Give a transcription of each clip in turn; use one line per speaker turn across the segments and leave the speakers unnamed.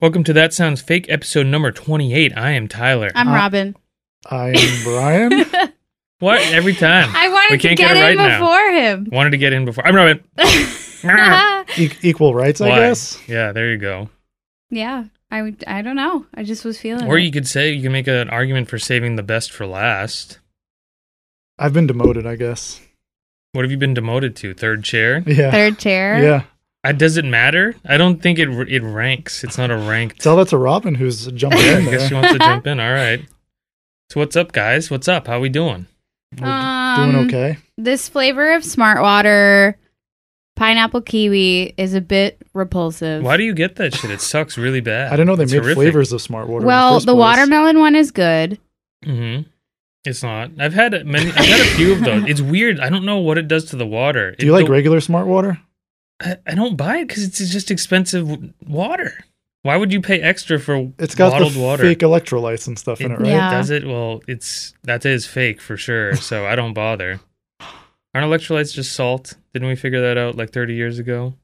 Welcome to That Sounds Fake, episode number 28. I am Tyler.
I'm
Uh,
Robin.
I am Brian.
what? Every time.
I
we
wanted to
can't
get,
get it
in
right now.
before him.
Wanted to get in before. I'm Robin.
E- equal rights, I
Why?
guess.
Yeah, there you go.
yeah, I would- I don't know. I just was feeling.
Or
it.
you could say you can make an argument for saving the best for last.
I've been demoted, I guess.
What have you been demoted to? Third chair?
Yeah.
third chair.
Yeah.
I, does it matter? I don't think it it ranks. It's not a ranked.
Tell that to Robin who's jumping
Yeah, I
in
guess
there.
she wants to jump in. All right. So what's up, guys? What's up? How we doing?
Um,
Doing okay.
This flavor of smart water, pineapple kiwi, is a bit repulsive.
Why do you get that shit? It sucks really bad.
I didn't know they
It's
made
horrific.
flavors of smart water. in
well,
first
the
place.
watermelon one is good.
hmm It's not. I've had many. I've had a few of those. It's weird. I don't know what it does to the water.
Do you
It-
like
the-
regular smart water?
I, I don't buy it because it's just expensive w- water. Why would you pay extra for
It's got
bottled
the
water?
fake electrolytes and stuff
it,
in it,
it
right?
Yeah.
does it. Well, it's that is fake for sure. So I don't bother. Aren't electrolytes just salt? Didn't we figure that out like 30 years ago?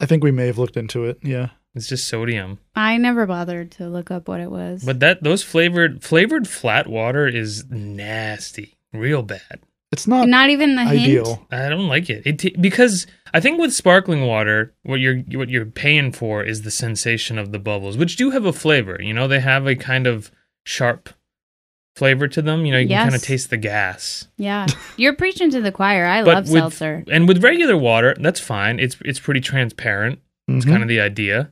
I think we may have looked into it. Yeah.
It's just sodium.
I never bothered to look up what it was.
But that those flavored flavored flat water is nasty, real bad.
It's not,
not even the hint.
ideal.
I don't like it. It t- because I think with sparkling water, what you're what you're paying for is the sensation of the bubbles, which do have a flavor. You know, they have a kind of sharp flavor to them. You know, you
Yes.
can kind of taste the gas.
Yeah, you're preaching to the choir. I
But
love
with-
seltzer.
And with regular water, that's fine. It's it's pretty transparent. It's
Mhm.
kind of the idea,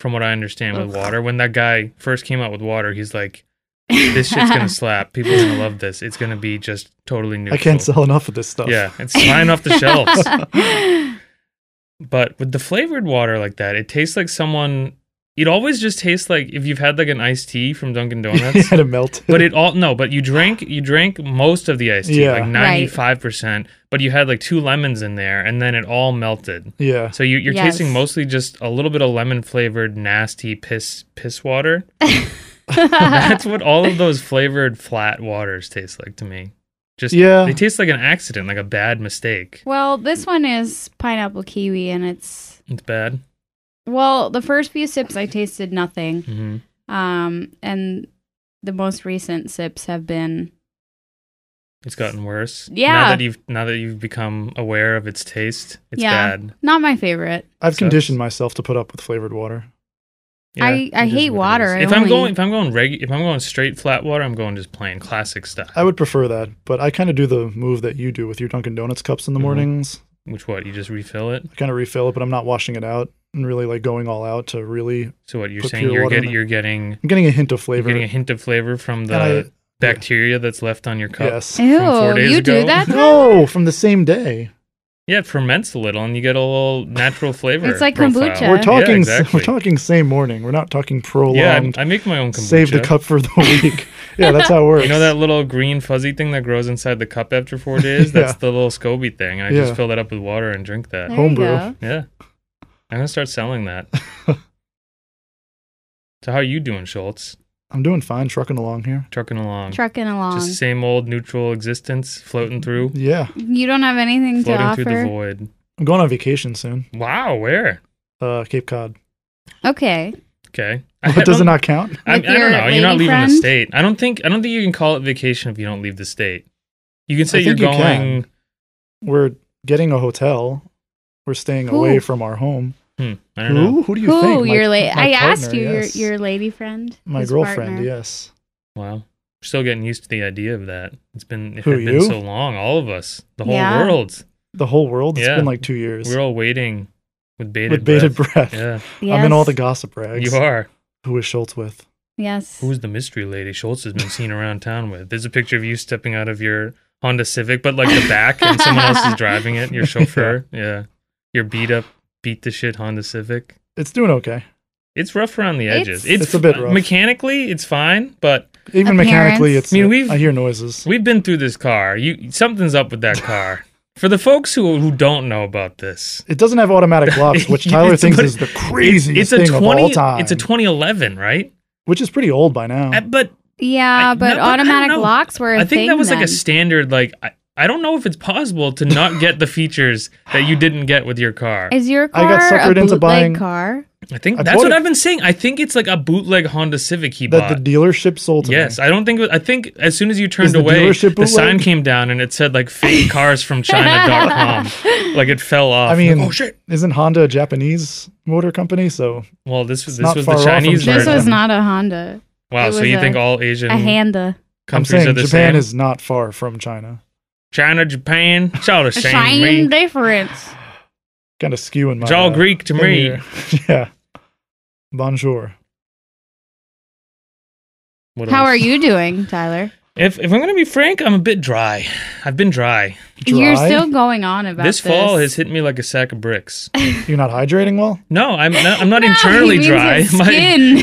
from what I understand with
Ugh.
water. When that guy first came out with water, he's like, this shit's gonna slap. People are gonna love this. It's gonna be just totally new.
I can't sell enough of this stuff.
Yeah, it's flying off the shelves. But with the flavored water like that, it tastes like someone. It always just tastes like if you've had like an iced tea from Dunkin' Donuts.
had to melt.
But it all no, but you drank you drank most of the iced tea,
Yeah.
like
Right.
ninety five percent. But you had like two lemons in there, and then it all melted.
yeah.
So you, you're
Yes.
tasting mostly just a little bit of lemon flavored nasty piss piss water. That's what all of those flavored flat waters taste like to me. Just
Yeah.
they taste like an accident, like a bad mistake.
well, this one is pineapple kiwi, and it's
It's bad.
well, the first few sips I tasted nothing.
hmm
Um, and the most recent sips have been
It's gotten worse. Now
Yeah.
that you've now that you've become aware of its taste, it's
Yeah.
bad.
not my favorite.
I've
So-
conditioned myself to put up with flavored water.
I-
it
I
is
hate
what it
water.
is.
I
If I'm
only-
going if I'm going regu- if I'm going straight flat water, I'm going just plain classic style.
I would prefer that, but I kind of do the move that you do with your Dunkin' Donuts cups in the
Mhm.
mornings.
Which what you just refill it.
I kind of refill it, but I'm not washing it out and really like going all out to really.
So what you're
Put
saying
pure
you're
water in
getting
it.
you're getting
I'm getting a hint of
you're
flavor.
getting a hint of flavor from the
And I-
bacteria that's left on your cup.
yes.
Ew,
four days
you
ago?
do that?
No, from the same day.
Yeah, it ferments a little, and you get a little natural flavor.
It's like
profile.
kombucha.
We're
Yeah,
talking.
Yeah, exactly.
We're talking same morning. We're not talking prolonged.
Yeah, I, I make my own kombucha.
save the cup for the week. yeah, that's how it works.
You know that little green fuzzy thing that grows inside the cup after four days?
Yeah.
That's the little SCOBY thing. And I
Yeah.
just fill that up with water and drink that.
There
Homebrew.
You go.
Yeah. I'm gonna start selling that. so how are you doing, Schultz?
I'm doing fine, trucking along here.
Trucking along.
Trucking along.
Just same old neutral existence, floating through,
Yeah,
you don't have anything to
floating through the
offer.
void.
I'm going on vacation soon.
Wow, where?
Uh, Cape Cod.
Okay.
Okay. I
But does it
don't-
not count?
I, I
With your
don't know. You're not
lady
leaving
friend?
the state. I don't think. I don't think you can call it vacation if you don't leave the state. You can say
I
you're
think you
going.
can. We're getting a hotel. We're staying
Who?
away from our home.
Hmm, I don't know.
Who? Who do you
Who?
think? My-
your lady?
my
I asked
partner,
you.
yes.
Your your lady friend.
my
his
girlfriend.
partner.
Yes.
Wow. Still getting used to the idea of that. It's been it
Who,
had been
you?
so long. All of us, the whole
Yeah.
world.
The whole world. It's
Yeah.
been like two years.
We're all waiting with bated
with bated
breath.
breath.
Yeah,
Yes.
I'm in all the gossip rags.
you are.
Who is Schultz with?
Yes.
Who's the mystery lady Schultz has been seen around town with? There's a picture of you stepping out of your Honda Civic, but like the back, and someone else is driving it. Your chauffeur. yeah. Your beat up, beat the shit Honda Civic.
It's doing okay.
It's rough around the edges.
It's-
It's a bit rough.
Mechanically, it's fine, but
Even
Appearance.
mechanically, it's.
I mean, we've-
I hear noises.
we've been through this car. You something's up with that car. For the folks who who don't know about this,
It doesn't have automatic locks, which Tyler
It's-
thinks
but
is the
it's
craziest
a
thing of all time.
It's a 2011, right?
which is pretty old by now.
Uh, But
Yeah,
I-
but
no, but I don't
automatic
know.
locks were Mm. a
I think
thing
that was like
then.
a standard. Like I, I don't know if it's possible to not get the features that you didn't get with your car.
Is your
I
car
got
a
suckered into
bootleg
buying-
car?
I think
I
that's
bought
what
it-
I've been saying. I think it's like a bootleg Honda Civic he
that
bought.
the dealership sold to me.
Yes, I don't think. I think as soon as you turned
the
away,
dealership
the
bootleg?
sign came down and it said like fake cars from China.com. like it fell off.
I mean,
Like, oh shit!
Isn't Honda a Japanese motor company? So
Well, this was
it's
this
not
was
far
the
off from
Chinese
China.
version.
This was not a Honda.
wow.
it
So
was
you
a-
think all Asian
A Honda.
I'm
countries are
saying
the
Japan
same?
is not far from China.
China, Japan, it's all the
A
same. to me.
Same difference.
Kind of skewing my.
It's all
uh,
Greek to
thing
me.
here. yeah. Bonjour.
What
How
else?
are you doing, Tyler?
If if I'm gonna be frank, I'm a bit dry. I've been dry.
You're
Dry?
still going on about
this
this.
fall has hit me like a sack of bricks.
You're not hydrating well.
No, I'm not, I'm not
No, he
internally
means
dry.
his
My
skin.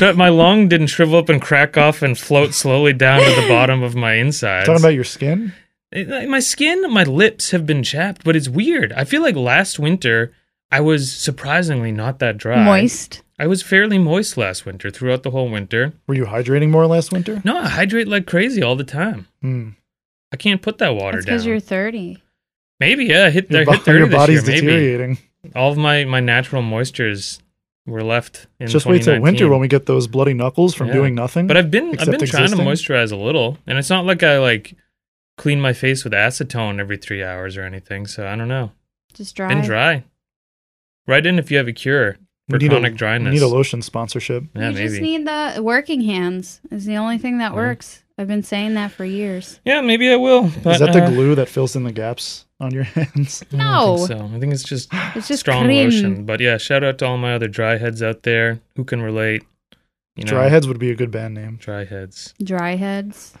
but my lung didn't shrivel up and crack off and float slowly down to the bottom of my insides.
Talking about your skin.
It- like, my skin, my lips have been chapped, but it's weird. I feel like last winter I was surprisingly not that dry.
moist.
I was fairly moist last winter throughout the whole winter.
Were you hydrating more last winter?
No, I hydrate like crazy all the time.
Hmm.
I can't put that water
That's
down.
because you're 30.
Maybe yeah, I hit, I
Your,
hit
bo-
thirty
your
this year.
body's
Maybe
deteriorating.
all of my my natural moistures were left in
Just wait till winter
2019.
when we get those bloody knuckles from
Yeah.
doing nothing.
But I've been I've
Except
been trying to
existing?
moisturize a little, and it's not like I like clean my face with acetone every three hours or anything. So I don't know.
Just dry.
Been dry. Write in if you have a cure for
We need a-
chronic
we
dryness.
need a lotion sponsorship.
yeah,
you just
maybe.
need the working hands is the only thing that
Yeah.
works. I've been saying that for years.
yeah, maybe I will. But,
Is that the
uh,
glue that fills in the gaps on your hands?
I don't
No.
think so I think it's just
It's just
strong
cream.
lotion. But yeah, shout out to all my other dry heads out there who can relate. You know,
Dry heads would be a good band name.
Dry heads.
Dry heads.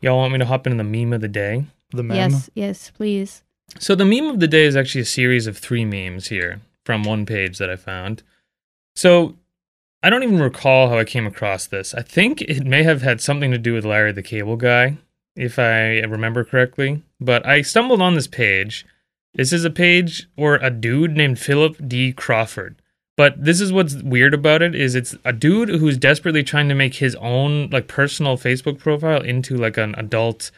Y'all want me to hop into the meme of the day?
The mem.
Yes, yes, please.
So the meme of the day is actually a series of three memes here from one page that I found. So I don't even recall how I came across this. I think it may have had something to do with Larry the Cable Guy, if I remember correctly. But I stumbled on this page. This is a page or a dude named Philip D. Crawford. But this is what's weird about it is it's a dude who's desperately trying to make his own like personal Facebook profile into like an adult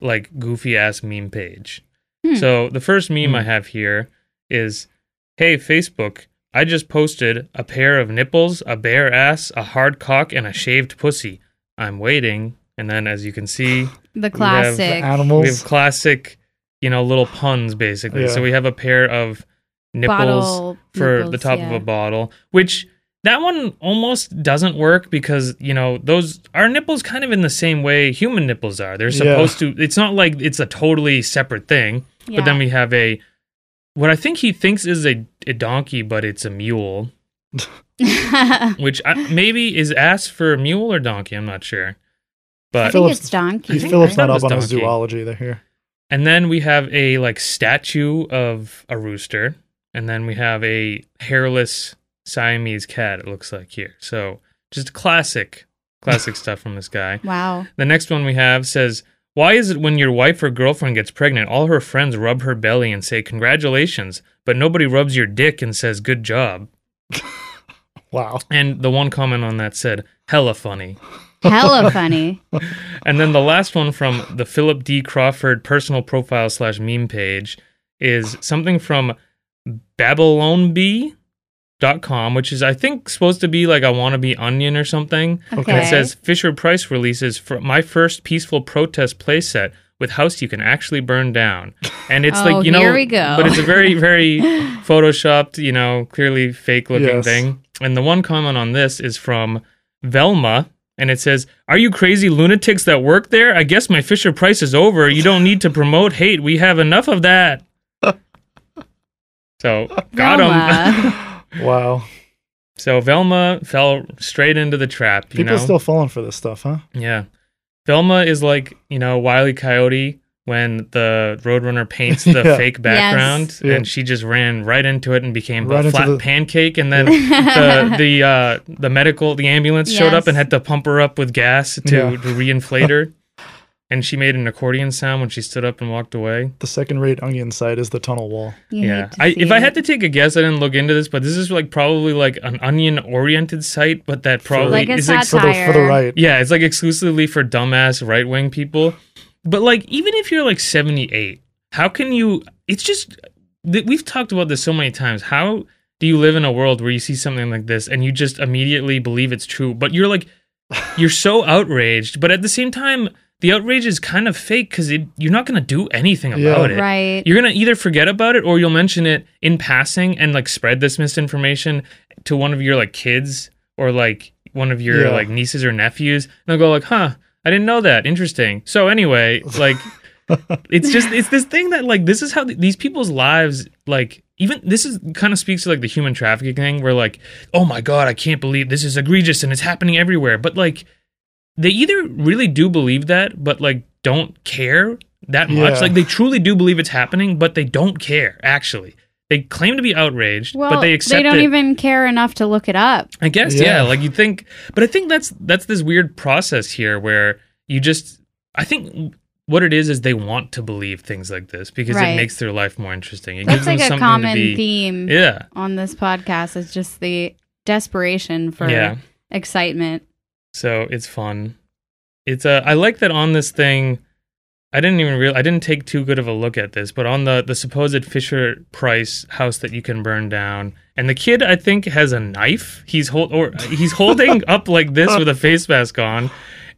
like goofy ass meme page.
Hmm.
So the first meme
Hmm.
I have here is Hey Facebook, I just posted a pair of nipples, a bare ass, a hard cock, and a shaved pussy. I'm waiting. And then as you can see,
The
have the
The
classic.
animals.
we have classic, you know, little puns basically.
Yeah.
So we have a pair of nipples
bottle
for
nipples,
the top of
yeah.
a bottle, which that one almost doesn't work because you know those our nipples kind of in the same way human nipples are. They're
Yeah.
supposed to. It's not like it's a totally separate thing. But then
Yeah.
we have a what I think he thinks is a, a donkey, but it's a mule,
I
which I, maybe is asked for a mule or donkey. I'm not sure. But
think
Phillips-
it's donkey.
I think-
Philip's
I thought
not
it
up
was
on his
donkey.
zoology. They're here.
And then we have a like statue of a rooster, and then we have a hairless Siamese cat. It looks like here. So just classic, classic stuff from this guy.
Wow.
The next one we have says, "Why is it when your wife or girlfriend gets pregnant, all her friends rub her belly and say congratulations, but nobody rubs your dick and says good job?"
Wow.
And the one comment on that said, "Hella funny."
Hella funny.
And then the last one from the Philip D. Crawford personal profile slash meme page is something from BabylonBee.com, which is I think supposed to be like a wannabe onion or something.
Okay.
And it says Fisher Price releases for my first peaceful protest playset with house you can actually burn down. And it's
Oh,
like you know
here we go.
But it's a very, very photoshopped, you know, clearly fake looking
Yes.
thing. And the one comment on this is from Velma, and it says, Are you crazy lunatics that work there? I guess my Fisher Price is over. You don't need to promote hate. We have enough of that. So, got him.
Velma.
Wow.
So, Velma fell straight into the trap. You
People
know?
still falling for this stuff, huh?
Yeah. Velma is like, you know, Wiley E. Coyote when the Roadrunner paints the
Yeah.
fake background
Yeah.
and she just ran right into it and became
Right
a
into
flat
the-
pancake and then the the uh, the medical the ambulance showed up
Yes.
and had to pump her up with gas to,
Yeah.
to reinflate her and she made an accordion sound when she stood up and walked away
The second rate onion side is the tunnel wall.
You
yeah
hate to
I,
see
if i
it.
had to take a guess i didn't look into this but this is like probably like an onion oriented site but that probably
Like a
is
satire.
ex-
For the, for the
Tire.
right.
yeah it's like exclusively for dumbass right-wing people but like even if you're like 78 how can you it's just th- we've talked about this so many times how do you live in a world where you see something like this and you just immediately believe it's true but you're like you're so outraged but at the same time the outrage is kind of fake because you're not going to do anything
Yeah.
about it
right.
you're gonna either forget about it or you'll mention it in passing and like spread this misinformation to one of your like kids or like one of your
Yeah.
like nieces or nephews and they'll go like huh i didn't know that interesting so anyway like it's just it's this thing that like this is how th- these people's lives like even this is kind of speaks to like the human trafficking thing where like oh my god i can't believe this is egregious and it's happening everywhere but like they either really do believe that but like don't care that much
Yeah.
like they truly do believe it's happening but they don't care actually they claim to be outraged
well,
but they accept
they don't
it.
even care enough to look it up.
I guess yeah.
Yeah.
Like you think, but I think that's that's this weird process here where you just. I think what it is is they want to believe things like this because it
Right.
makes their life more interesting. It gives
That's
them
like a
something
common
to be.
theme
Yeah,
on this podcast. Is just the desperation for
yeah.
excitement.
So it's fun. It's uh, I like that on this thing. I didn't even real. I didn't take too good of a look at this, but on the the supposed Fisher Price house that you can burn down, and the kid I think has a knife. He's hold or uh, he's holding up like this with a face mask on,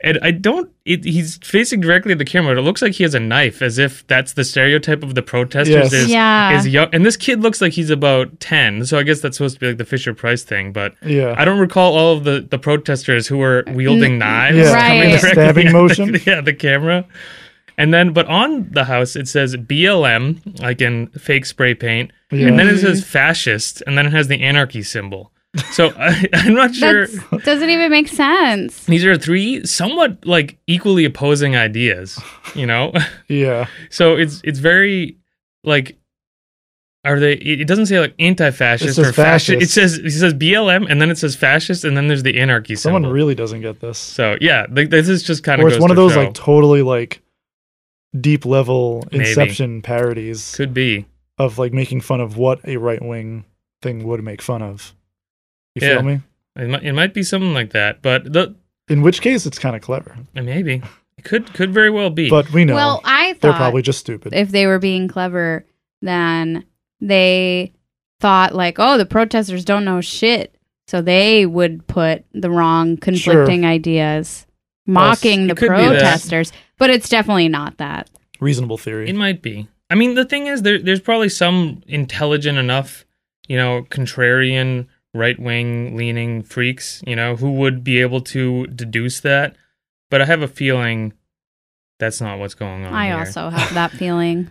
and I don't. It, he's facing directly at the camera. But it looks like he has a knife, as if that's the stereotype of the protesters.
Yes.
Is,
yeah,
is young, and this kid looks like he's about ten. So I guess that's supposed to be like the Fisher Price thing, but
Yeah.
I don't recall all of the, the protesters who were wielding
Mm,
knives
yeah.
Right.
directly
Stabbing
at the-
motion?
yeah, the camera. And then, but on the house, it says BLM, like in fake spray paint.
Yeah.
And then it says fascist. And then it has the anarchy symbol. So I, I'm not sure.
That's doesn't even make sense.
These are three somewhat like equally opposing ideas, you know?
yeah.
So it's it's very like are they it it doesn't say like anti-fascist
It says
or fascist.
fascist.
It says it says BLM and then it says fascist and then there's the anarchy
Someone
symbol.
really doesn't get this.
so yeah, th- this is just kind of
Or it's one of those like totally like deep level
Maybe.
inception parodies
could be.
of like making fun of what a right wing thing would make fun of. You
Yeah.
feel me?
It might, it might be something like that, but the eh,
In which case it's kind of clever.
maybe it could could very well be.
But we know
well, uh, I
they're
thought
probably just stupid.
if they were being clever, then they thought like, oh, the protesters don't know shit, so they would put the wrong conflicting ideas, mocking
it
the
could be that.
protesters. But it's definitely not that.
Reasonable theory.
it might be. I mean, the thing is, there, there's probably some intelligent enough, you know, contrarian, right wing leaning freaks, you know, who would be able to deduce that. But I have a feeling that's not what's going on.
I
here.
also have that feeling.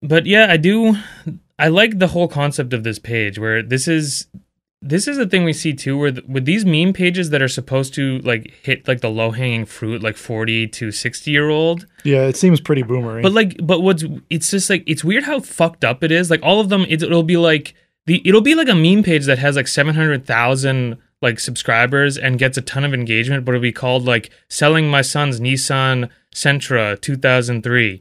But yeah, I do. I like the whole concept of this page where this is. This is a thing we see too, where th- with these meme pages that are supposed to like hit like the low hanging fruit, like forty to sixty year old,
yeah, it seems pretty boomery.
but like, but what's it's just like it's weird how fucked up it is. Like all of them, it, it'll be like the it'll be like a meme page that has like seven hundred thousand like subscribers and gets a ton of engagement, but it'll be called like selling my son's Nissan Sentra two thousand three.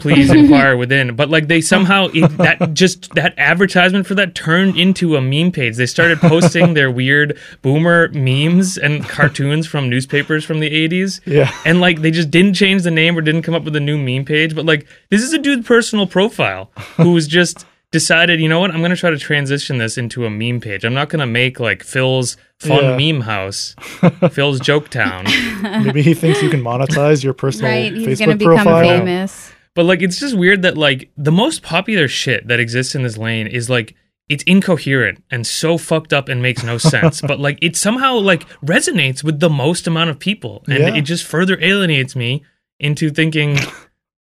Please inquire within. But like they somehow it, that just that advertisement for that turned into a meme page. They started posting their weird boomer memes and cartoons from newspapers from the eighties
yeah.
and like they just didn't change the name or didn't come up with a new meme page but like this is a dude's personal profile who was just decided you know what i'm going to try to transition this into a meme page i'm not going to make like phil's fun
Yeah.
meme house phil's joke town
Maybe he thinks you can monetize your personal
right? He's going to
Facebook
become
profile.
famous.
but like it's just weird that like the most popular shit that exists in this lane is like it's incoherent and so fucked up and makes no sense but like it somehow like resonates with the most amount of people and
Yeah.
it just further alienates me into thinking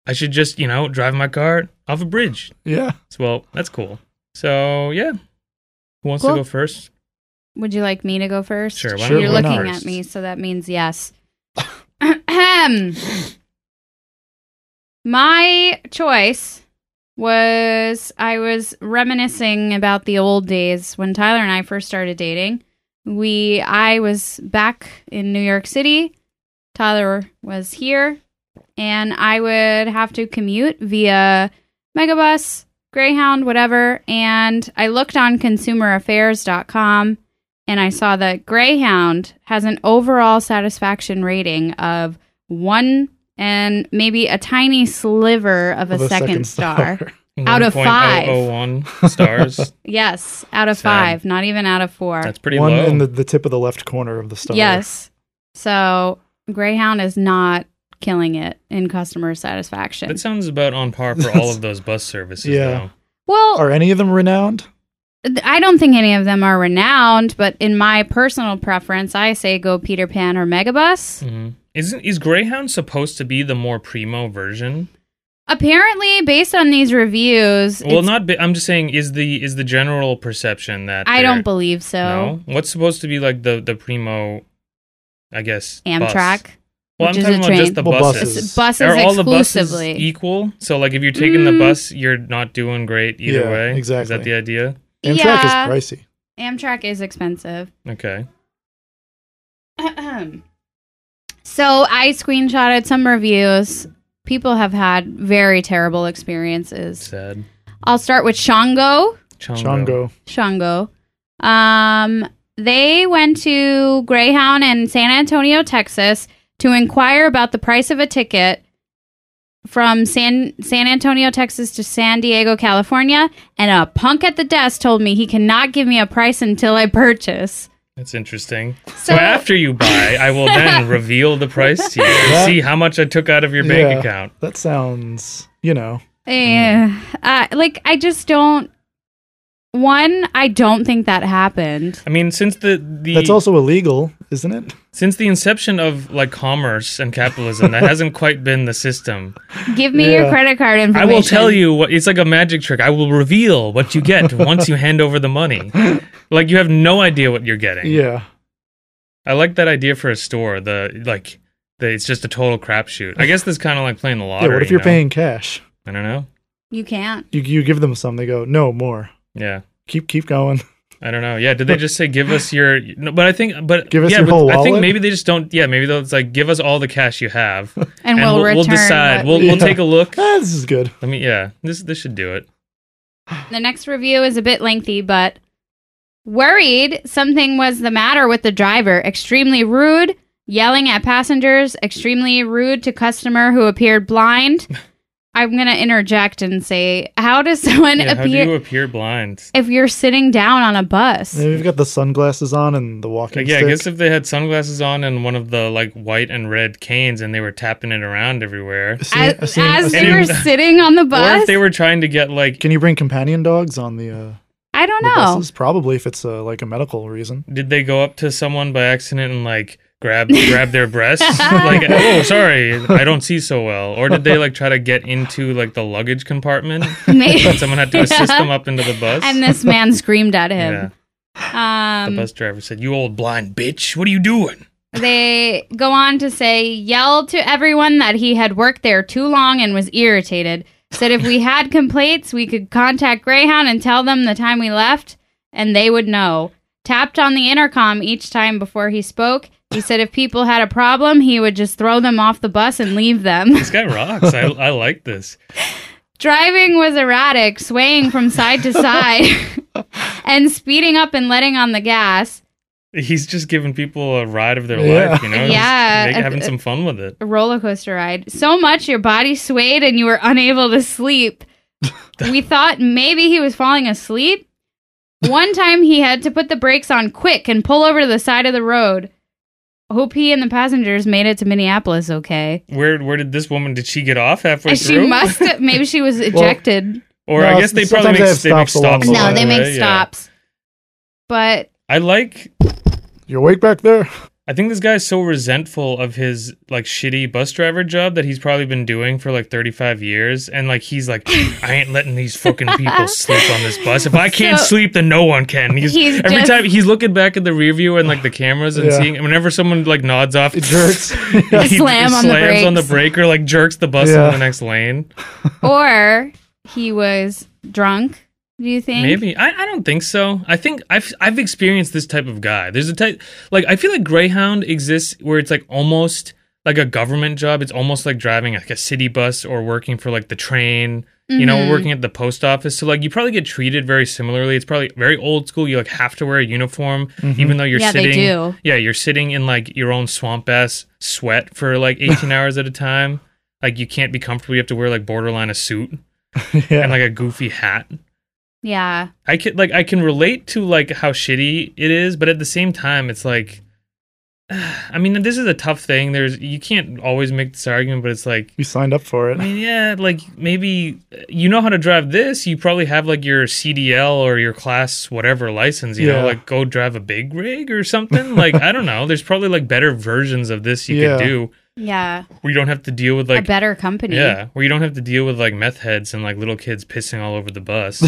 i should just you know drive my car off a bridge
Yeah.
so well that's cool so yeah who wants
Cool.
to go first
Would you like me to go first?
Sure, why
don't
You're
you go
looking
first?
at me, so that means yes. Ahem. My choice was I was reminiscing about the old days when Tyler and I first started dating. We I was back in New York City. Tyler was here and I would have to commute via Megabus, Greyhound, whatever, and I looked on consumeraffairs.com and I saw that Greyhound has an overall satisfaction rating of 1 and maybe a tiny sliver of a,
Of a
second,
second
star. Out
One
of
point
five.
oh oh one stars.
Yes, out of
Sad.
5, not even out of 4.
That's pretty
One
low.
in the, the tip of the left corner of the star.
Yes. So Greyhound is not killing it in customer satisfaction.
that sounds about on par for all of those bus services.
Yeah.
well,
Are any of them renowned?
th- I don't think any of them are renowned, but in my personal preference, I say go Peter Pan or Megabus.
Though. hmm Isn't is Greyhound supposed to be the more primo version?
Apparently, based on these reviews,
Well,
it's-
not. Bi- I'm just saying. Is the is the general perception that
I
they're-
don't believe so.
No. What's supposed to be like the the primo? I guess bus?
Amtrak.
Well,
which
I'm
is
talking
a
about
train.
just the
Well,
buses.
buses.
Buses
Are all the buses
exclusively.
equal? So, like, if you're taking
Mm.
the bus, you're not doing great either
Yeah,
way. Is
exactly.
that the idea?
Amtrak
yeah,
is pricey.
Amtrak is expensive.
Okay.
so I screenshotted some reviews. People have had very terrible experiences.
Sad.
I'll start with Shango.
Chongo.
Chongo.
Shango. Um, they went to Greyhound in San Antonio, Texas, to inquire about the price of a ticket from San San Antonio, Texas, to San Diego, California. And a punk at the desk told me he cannot give me a price until I purchase.
That's interesting.
So,
So, after you buy, I will then reveal the price to you and see how much I took out of your bank
Yeah.
account.
That sounds, you know,
Yeah. Uh, like, I just don't. One, I don't think that happened.
I mean, since the, the
that's also illegal, isn't it?
since the inception of like commerce and capitalism, that hasn't quite been the system.
Give me your
Yeah.
credit card
I
information.
will tell you what it's like a magic trick. I will reveal what you get once you hand over the money. Like you have no idea what you're getting.
Yeah.
I like that idea for a store. The like, the, it's just a total crapshoot. I guess that's kind of like playing the lottery.
yeah. What if you're
you know?
paying cash?
I don't know.
You can't.
You you give them some, they go no more.
Yeah,
Keep keep going.
I don't know. Yeah, did they just say give us your? No, but I think, but
Give us
yeah,
your
but
whole
I think
wallet?
maybe they just don't. Yeah, maybe they'll it's like give us all the cash you have, and,
And, we'll,
we'll,
return.
decide.
what
We'll
we-
we'll
Yeah.
take a look.
Ah, this is good.
Let me. Yeah, this this should do it.
The next review is a bit lengthy, but worried something was the matter with the driver. Extremely rude, yelling at passengers, extremely rude to customer who appeared blind. I'm going to interject and say, how does someone
Yeah, how do
appear
you appear blind?
if you're sitting down on a bus?
Maybe we've got the sunglasses on and the walking
Like, yeah, I
stick.
guess if they had sunglasses on and one of the like white and red canes, and they were tapping it around everywhere,
Assume-
As,
assume-
as they
assume-
were sitting on the
or if
bus?
they were trying to get like
can you bring companion dogs on the, uh,
I don't
the
know.
buses? Probably if it's uh, like a medical reason.
did they go up to someone by accident and like grab grab their breasts like oh sorry i don't see so well or did they like try to get into like the luggage compartment
Maybe.
and someone had to assist them up into the bus
and this man screamed at him.
yeah the
Um,
bus driver said you old blind bitch what are you doing
They go on to say, yelled to everyone that he had worked there too long and was irritated. Said if we had complaints, we could contact Greyhound and tell them the time we left, and they would know. Tapped on the intercom each time before he spoke. He said if people had a problem, he would just throw them off the bus and leave them.
this guy rocks i, I like this
Driving was erratic, swaying from side to side, and speeding up and letting on the gas.
he's just giving people a ride of their
Yeah.
life you know Just
Yeah.
make- having some fun with it
a roller coaster ride. So much your body swayed and you were unable to sleep. we thought maybe he was falling asleep. One time he had to put the brakes on quick and pull over to the side of the road. Hope he and the passengers made it to Minneapolis okay.
where where did this woman did she get off halfway
she
through
must maybe she was ejected.
or
No,
i guess they probably
sometimes
make,
they have
they make
stops along
stops
the
no,
along
they
the
make
way, yeah.
stops. But
i like
You awake back there?
I think this guy's so resentful of his like shitty bus driver job that he's probably been doing for like 35 years and like he's like I ain't letting these fucking people sleep on this bus. If I can't
So-
sleep then no one can. He's,
He's
every
just-
time he's looking back at the review and like the cameras and
Yeah.
seeing whenever someone like nods off
It jerks.
he
Slam on the
slams on the
brakes.
brake or like jerks the bus
Yeah.
in the next lane.
or he was drunk. Do you think?
Maybe I, I don't think so. I think I've I've experienced this type of guy. There's a type like I feel like Greyhound exists where it's like almost like a government job. It's almost like driving like a city bus or working for like the train. You know,
Mhm.
working at the post office. So like you probably get treated very similarly. It's probably very old school. You like have to wear a uniform
Mm-hmm.
even though you're
Yeah, they
sitting.
do.
Yeah, you're sitting in like your own swamp ass sweat for like 18 hours at a time. Like you can't be comfortable. You have to wear like borderline a suit
yeah.
and like a goofy hat.
Yeah.
I can like I can relate to like how shitty it is, but at the same time, it's like, I mean, this is a tough thing. There's you can't always make this argument, but it's like,
you signed up for
I
it.
mean, yeah, like maybe uh, you know how to drive this. You probably have like your CDL or your class whatever license. You
Yeah.
know, like go drive a big rig or something. like I don't know. There's probably like better versions of this you
Yeah.
could do
Yeah.
where you don't have to deal with
a
like
better company.
yeah, where you don't have to deal with like meth heads and like little kids pissing all over the bus,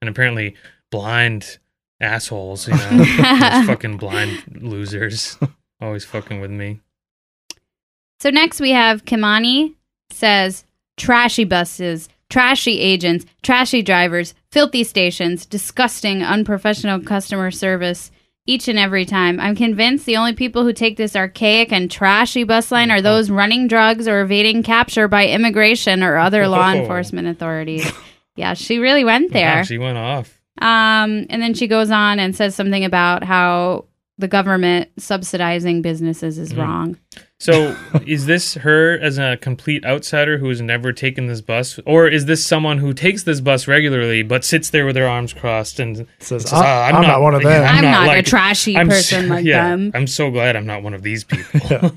and apparently blind assholes. You know, those fucking blind losers always fucking with me.
So next we have Kimani says trashy buses, trashy agents, trashy drivers, filthy stations, disgusting, unprofessional customer service. Each and every time. I'm convinced the only people who take this archaic and trashy bus line are those running drugs or evading capture by immigration or other law
Oh.
enforcement authorities. Yeah, she really went there.
Wow, she went off.
Um, and then she goes on and says something about how the government subsidizing businesses is
Mm.
wrong.
So, is this her as a complete outsider who has never taken this bus, or is this someone who takes this bus regularly but sits there with their arms crossed and
It says,
says, "Ah,
I, am not, one of them.
I'm,
I'm
not,
not
a
like-
trashy
I'm s-
person like
yeah,
them.
I'm so glad I'm not one of these people.
Yeah.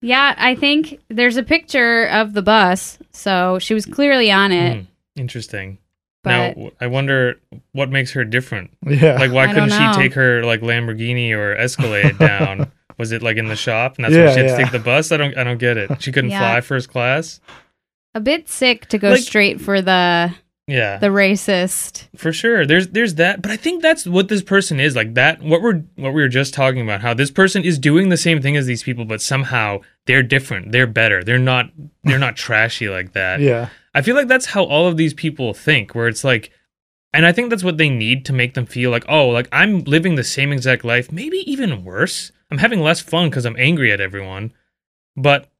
Yeah, I think there's a picture of the bus, so she was clearly on it.
Hmm, Interesting. now,
But
w- I wonder what makes her different.
Yeah.
Like, why
I don't
couldn't she
know.
take her like Lamborghini or Escalade down? Was it like in the shop, and that's
Yeah,
why she had
yeah.
to take the bus? I don't, I don't get it. She couldn't
Yeah.
fly first class.
a bit sick to go
like-
straight for the
Yeah,
the racist.
for sure. There's, there's that. But I think that's what this person is like. That what we're, what we were just talking about. How this person is doing the same thing as these people, but somehow they're different. They're better. They're not, they're not trashy like that.
yeah.
I feel like that's how all of these people think, where it's like, and I think that's what they need to make them feel like, oh, like I'm living the same exact life, maybe even worse. I'm having less fun because I'm angry at everyone, but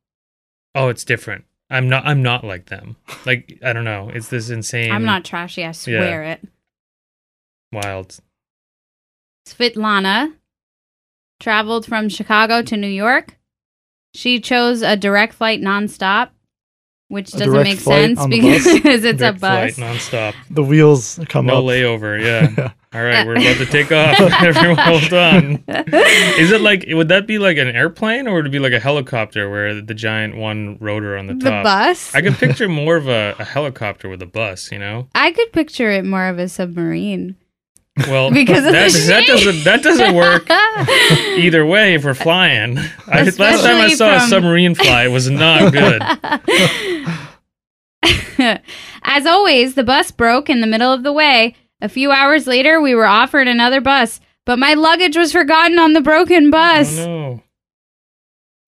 oh, it's different. I'm not. I'm not like them. Like I don't know. It's this insane,
I'm not trashy, I swear it.
wild.
Svetlana traveled from Chicago to New York. She chose a direct flight nonstop, which
A
doesn't
direct
make
flight
sense
on the
because
bus?
it's a
direct flight
bus.
nonstop.
The wheels come
no
up.
layover. Yeah.
Yeah.
All right, we're about to take off. Everyone, hold on. Is it like? Would that be like an airplane, or would it be like a helicopter, where the giant one rotor on the
the
top?
bus?
I could picture more of a, a helicopter with a bus, you know.
I could picture it more of a submarine
Well,
Because of
that,
the
that doesn't that doesn't work
yeah,
either way if we're flying. I, last time I
Especially
saw
from-
a submarine fly, it was not good.
As always, the bus broke in the middle of the way. A few hours later, we were offered another bus, but my luggage was forgotten on the broken bus.
Oh, no.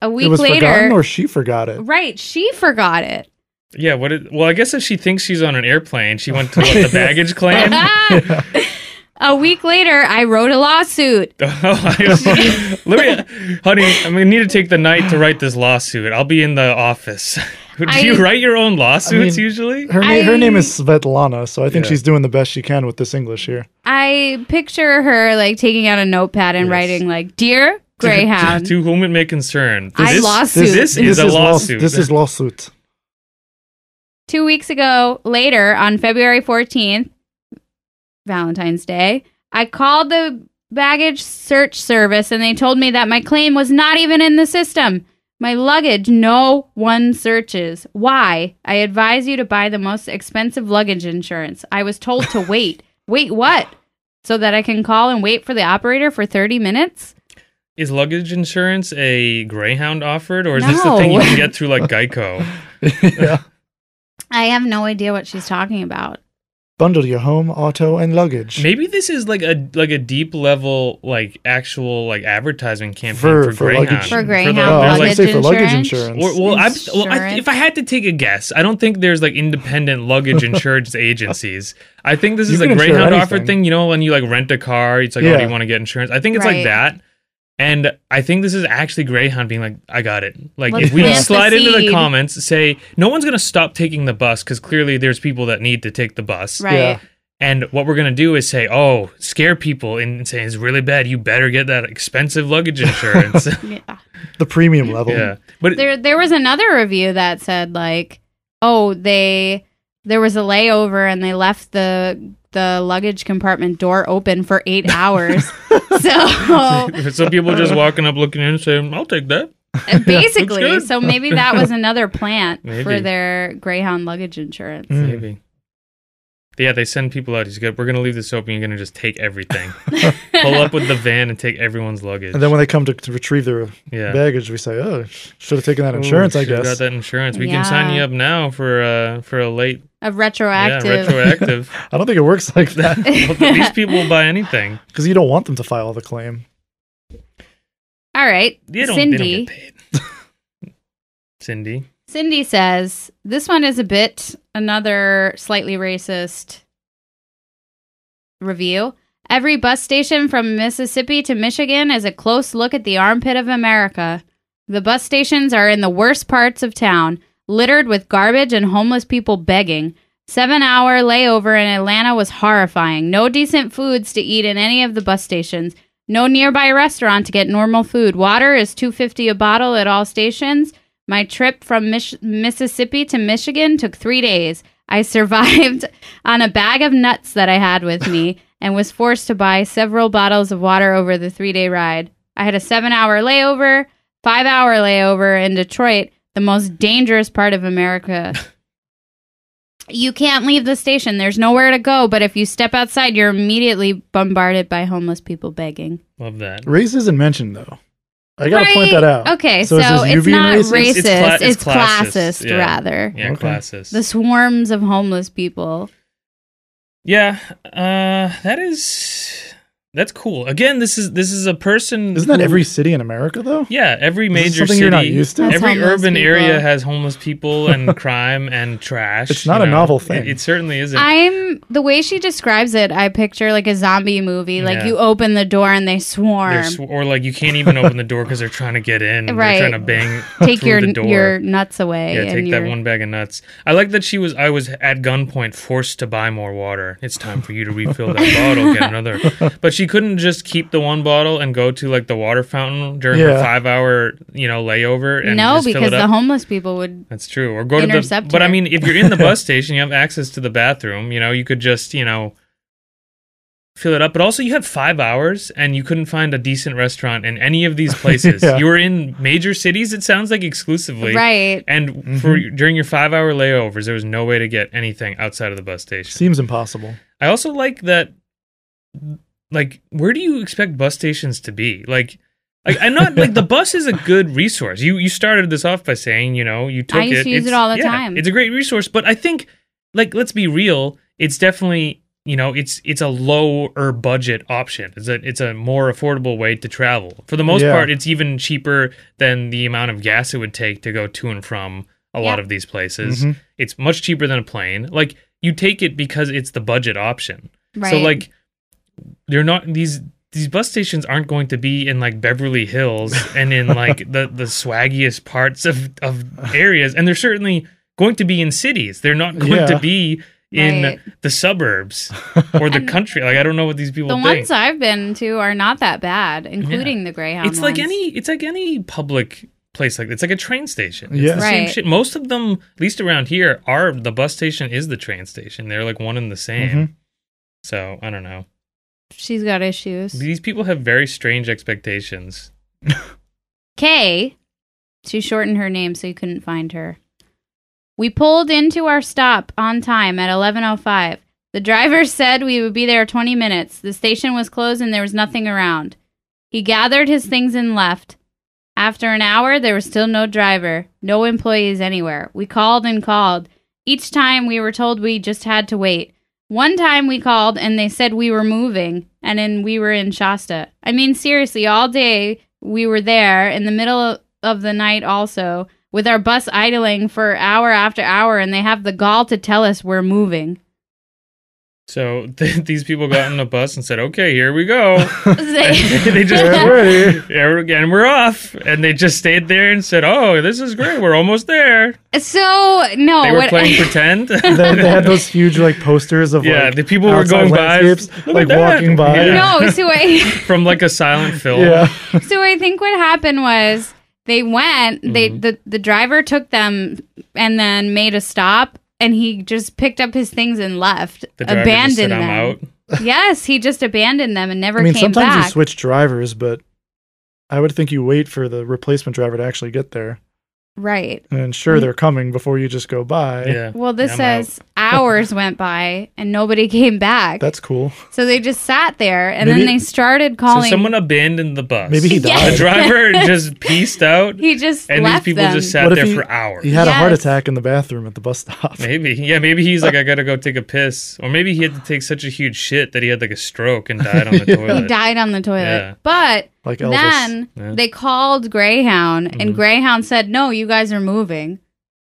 A
It
week
was forgotten,
later,
or she forgot it.
right? She forgot it.
Yeah, what is, well, I guess if she thinks she's on an airplane, she went to what, the baggage claim. oh,
a week later, I wrote a lawsuit.
I was- let me, honey, I'm gonna need to take the night to write this lawsuit. I'll be in the office. Do you
I-
write your own lawsuits
mean-
usually?
Her, na- her name
I-
is Svetlana, so I think
Yeah.
she's doing the best she can with this English here.
I picture her like taking out a notepad and
Yes.
writing like, "Dear Greyhound."
to whom it may concern.
I
This-
lawsuit.
This, is a
law-
lawsuit.
This is lawsuit.
Two weeks ago, later on February 14th, Valentine's Day, I called the baggage search service and they told me that my claim was not even in the system. My luggage, no one searches. Why? I advise you to buy the most expensive luggage insurance. I was told to wait. wait what? So that I can call and wait for the operator for 30 minutes?
Is luggage insurance a Greyhound offered, or is this the thing
No.
you can get through like Geico?
yeah.
I have no idea what she's talking about.
Bundle your home, auto, and luggage.
Maybe this is like a like a deep level like actual like advertising campaign
For-
for,
for
Greyhound
luggage- For
the-
Greyhound
oh, I was
there's,
luggage
gonna say for luggage
insurance?
insurance.
Or- well, I, well I,
Insurance.
if I had to take a guess, I don't think there's like independent luggage insurance agencies. I think this
You
is a
can insure
Greyhound
anything.
offer thing. You know, when you like rent a car, it's like, oh,
Yeah.
do you want to get insurance? I think it's like
Right.
that. And I think this is actually Greyhound being like, I got it. Like,
Let's
if we
plant the
slide into the
seed.
comments, say, no one's going to stop taking the bus because clearly there's people that need to take the bus.
Right.
Yeah.
And what we're gonna do is say, "Oh, scare people and say it's really bad. You better get that expensive luggage insurance."
Yeah.
the premium level.
yeah, but
There there was another review that said like, "Oh, they there was a layover and they left the the luggage compartment door open for 8 hours." so
some people
uh,
just walking up, looking in, saying, "I'll take that."
basically,
good.
so maybe that was another plant for
Maybe.
their Greyhound luggage insurance.
Mm.
Maybe. Yeah, they send people out. He's good. We're gonna leave this open. You're gonna just take everything. Pull up with the van and take everyone's luggage.
And then when they come to, to retrieve their
yeah.
baggage, we say, "Oh, should have taken that
Ooh,
insurance." I
should've Got
guess.
that insurance. We can sign
Yeah.
you up now for uh for a late
A retroactive.
yeah retroactive.
I don't think it works like that
These people will buy anything.
because you don't want them to file the claim.
All right.
They don't,
Cindy.
They don't get paid. Cindy.
Cindy says, This one is a bit another slightly racist review. Every bus station from Mississippi to Michigan is a close look at the armpit of America. The bus stations are in the worst parts of town, littered with garbage and homeless people begging. Seven hour layover in Atlanta was horrifying. No decent foods to eat in any of the bus stations. No nearby restaurant to get normal food. Water is two fifty a bottle at all stations. My trip from Mich- Mississippi to Michigan took three days. I survived on a bag of nuts that I had with me and was forced to buy several bottles of water over the three day ride. I had a seven hour layover, five hour layover in Detroit, the most dangerous part of America. you can't leave the station. There's nowhere to go, but if you step outside, you're immediately bombarded by homeless people begging.
Love that.
Race isn't mentioned though. I gotta point
Right?
that out.
Okay, so,
So is this
it's
you being
not
racist?
racist,
It's-
it's,
it's cla- it's classist,
classist,
yeah.
rather.
Yeah,
Okay.
classes.
The swarms of homeless people.
yeah, uh, that is that's cool. Again, this is this is a person.
Isn't that
who-
every city in America though?
Yeah, every
Is this
major
something
city.
you're not used to?
That's
every
homeless
urban
people.
area has homeless people and crime and trash.
It's not a novel thing.
It, it certainly isn't.
I'm the way she describes it. I picture like a zombie movie. Like
Yeah.
you open the door and they
They're
swarm.
sw- or like you can't even open the door because they're trying to get in.
Right.
They're trying to bang
take
through
your
the door.
your nuts away.
yeah, take
and
that
your-
one bag of nuts. I like that she was. I was at gunpoint, forced to buy more water. It's time for you to refill that bottle, get another. But she couldn't just keep the one bottle and go to like the water fountain during her
Yeah.
five-hour, you know, layover and
No,
just fill
because
it up.
the homeless people would.
That's true. Or go to the.
Intercept
But I
her.
mean, if you're in the bus station, you have access to the bathroom. You know, you could just you know fill it up. But also, you had five hours, and you couldn't find a decent restaurant in any of these places.
Yeah.
You were in major cities. It sounds like exclusively.
Right. Mm-hmm.
And for during your five hour layovers, there was no way to get anything outside of the bus station.
Seems impossible.
I also like that. Like, where do you expect bus stations to be? Like, like I'm not like the bus is a good resource. You you started this off by saying you know you took
I used
it.
to use it
It's-
all the
yeah,
time.
It's a great resource, but I think like let's be real. It's definitely you know it's it's a lower budget option. It's a it's a more affordable way to travel. For the most
Yeah.
part, it's even cheaper than the amount of gas it would take to go to and from a lot
Yeah.
of these
Mm-hmm.
places.
Mhm.
It's much cheaper than a plane. Like you take it because it's the budget option.
Right.
So like they're not these these bus stations aren't going to be in like Beverly Hills and in like the the swaggiest parts of of areas and they're certainly going to be in cities. They're not going to
Yeah.
be in
Right.
the suburbs or the
And
country. Like I don't know what these people
the
think.
ones I've been to are not that bad, including the Greyhound.
it's like
ones.
any it's like any public place like it's like a train station. It's
Yeah.
the same
Right.
shit. Most of them, at least around here, are the bus station is the train station. They're like one and the same.
Mhm.
So I don't know.
She's got issues.
These people have very strange expectations.
Kay, she shortened her name so you couldn't find her. We pulled into our stop on time at 11:05. The driver said we would be there 20 minutes. The station was closed and there was nothing around. He gathered his things and left. After an hour, there was still no driver, no employees anywhere. We called and called. Each time we were told we just had to wait. One time we called and they said we were moving and then we were in Shasta. I mean, seriously, all day we were there in the middle of the night also with our bus idling for hour after hour and they have the gall to tell us we're moving.
So th- these people got on a bus and said, "Okay, here we go."
They-
they just
Yeah, ready.
Yeah, we're- and we're off. And they just stayed there and said, "Oh, this is great. We're almost there."
so, no,
They were
what-
playing pretend.
They, they had those huge like posters of
yeah,
like,
the people were
outside
going by,
landscapes,
"Look
like
at that."
walking by.
Yeah.
no, so I
from like a silent film.
Yeah,
so I think what happened was they went. They
Mm-hmm.
the the driver took them and then made a stop, and he just picked up his things and left,
The driver
abandoned
just said,
them.
"I'm out."
yes, he just abandoned them and never
I mean
came
sometimes
back.
you switch drivers, but I would think you wait for the replacement driver to actually get there,
right.
and sure
Mm.
they're coming before you just go by.
Yeah.
Well, this
Yeah, I'm
says hours went by and nobody came back.
that's cool.
so they just sat there, and then
Maybe-
they started
So
calling.
someone abandoned the bus.
Maybe he
Yeah.
died.
the driver just pieced out,
he just
and these
left
people
them.
just sat
What if
there
he-
for hours.
He had a heart
Yes.
attack in the bathroom at the bus stop.
Maybe. Yeah, maybe he's like, I gotta go take a piss. Or maybe he had to take such a huge shit that he had like a stroke and died on the
Yeah.
he
toilet.
died on the toilet,
Yeah.
but
Like Elvis.
Then
Yeah.
they called Greyhound, and
Mhm.
Greyhound said, "No, you guys are moving."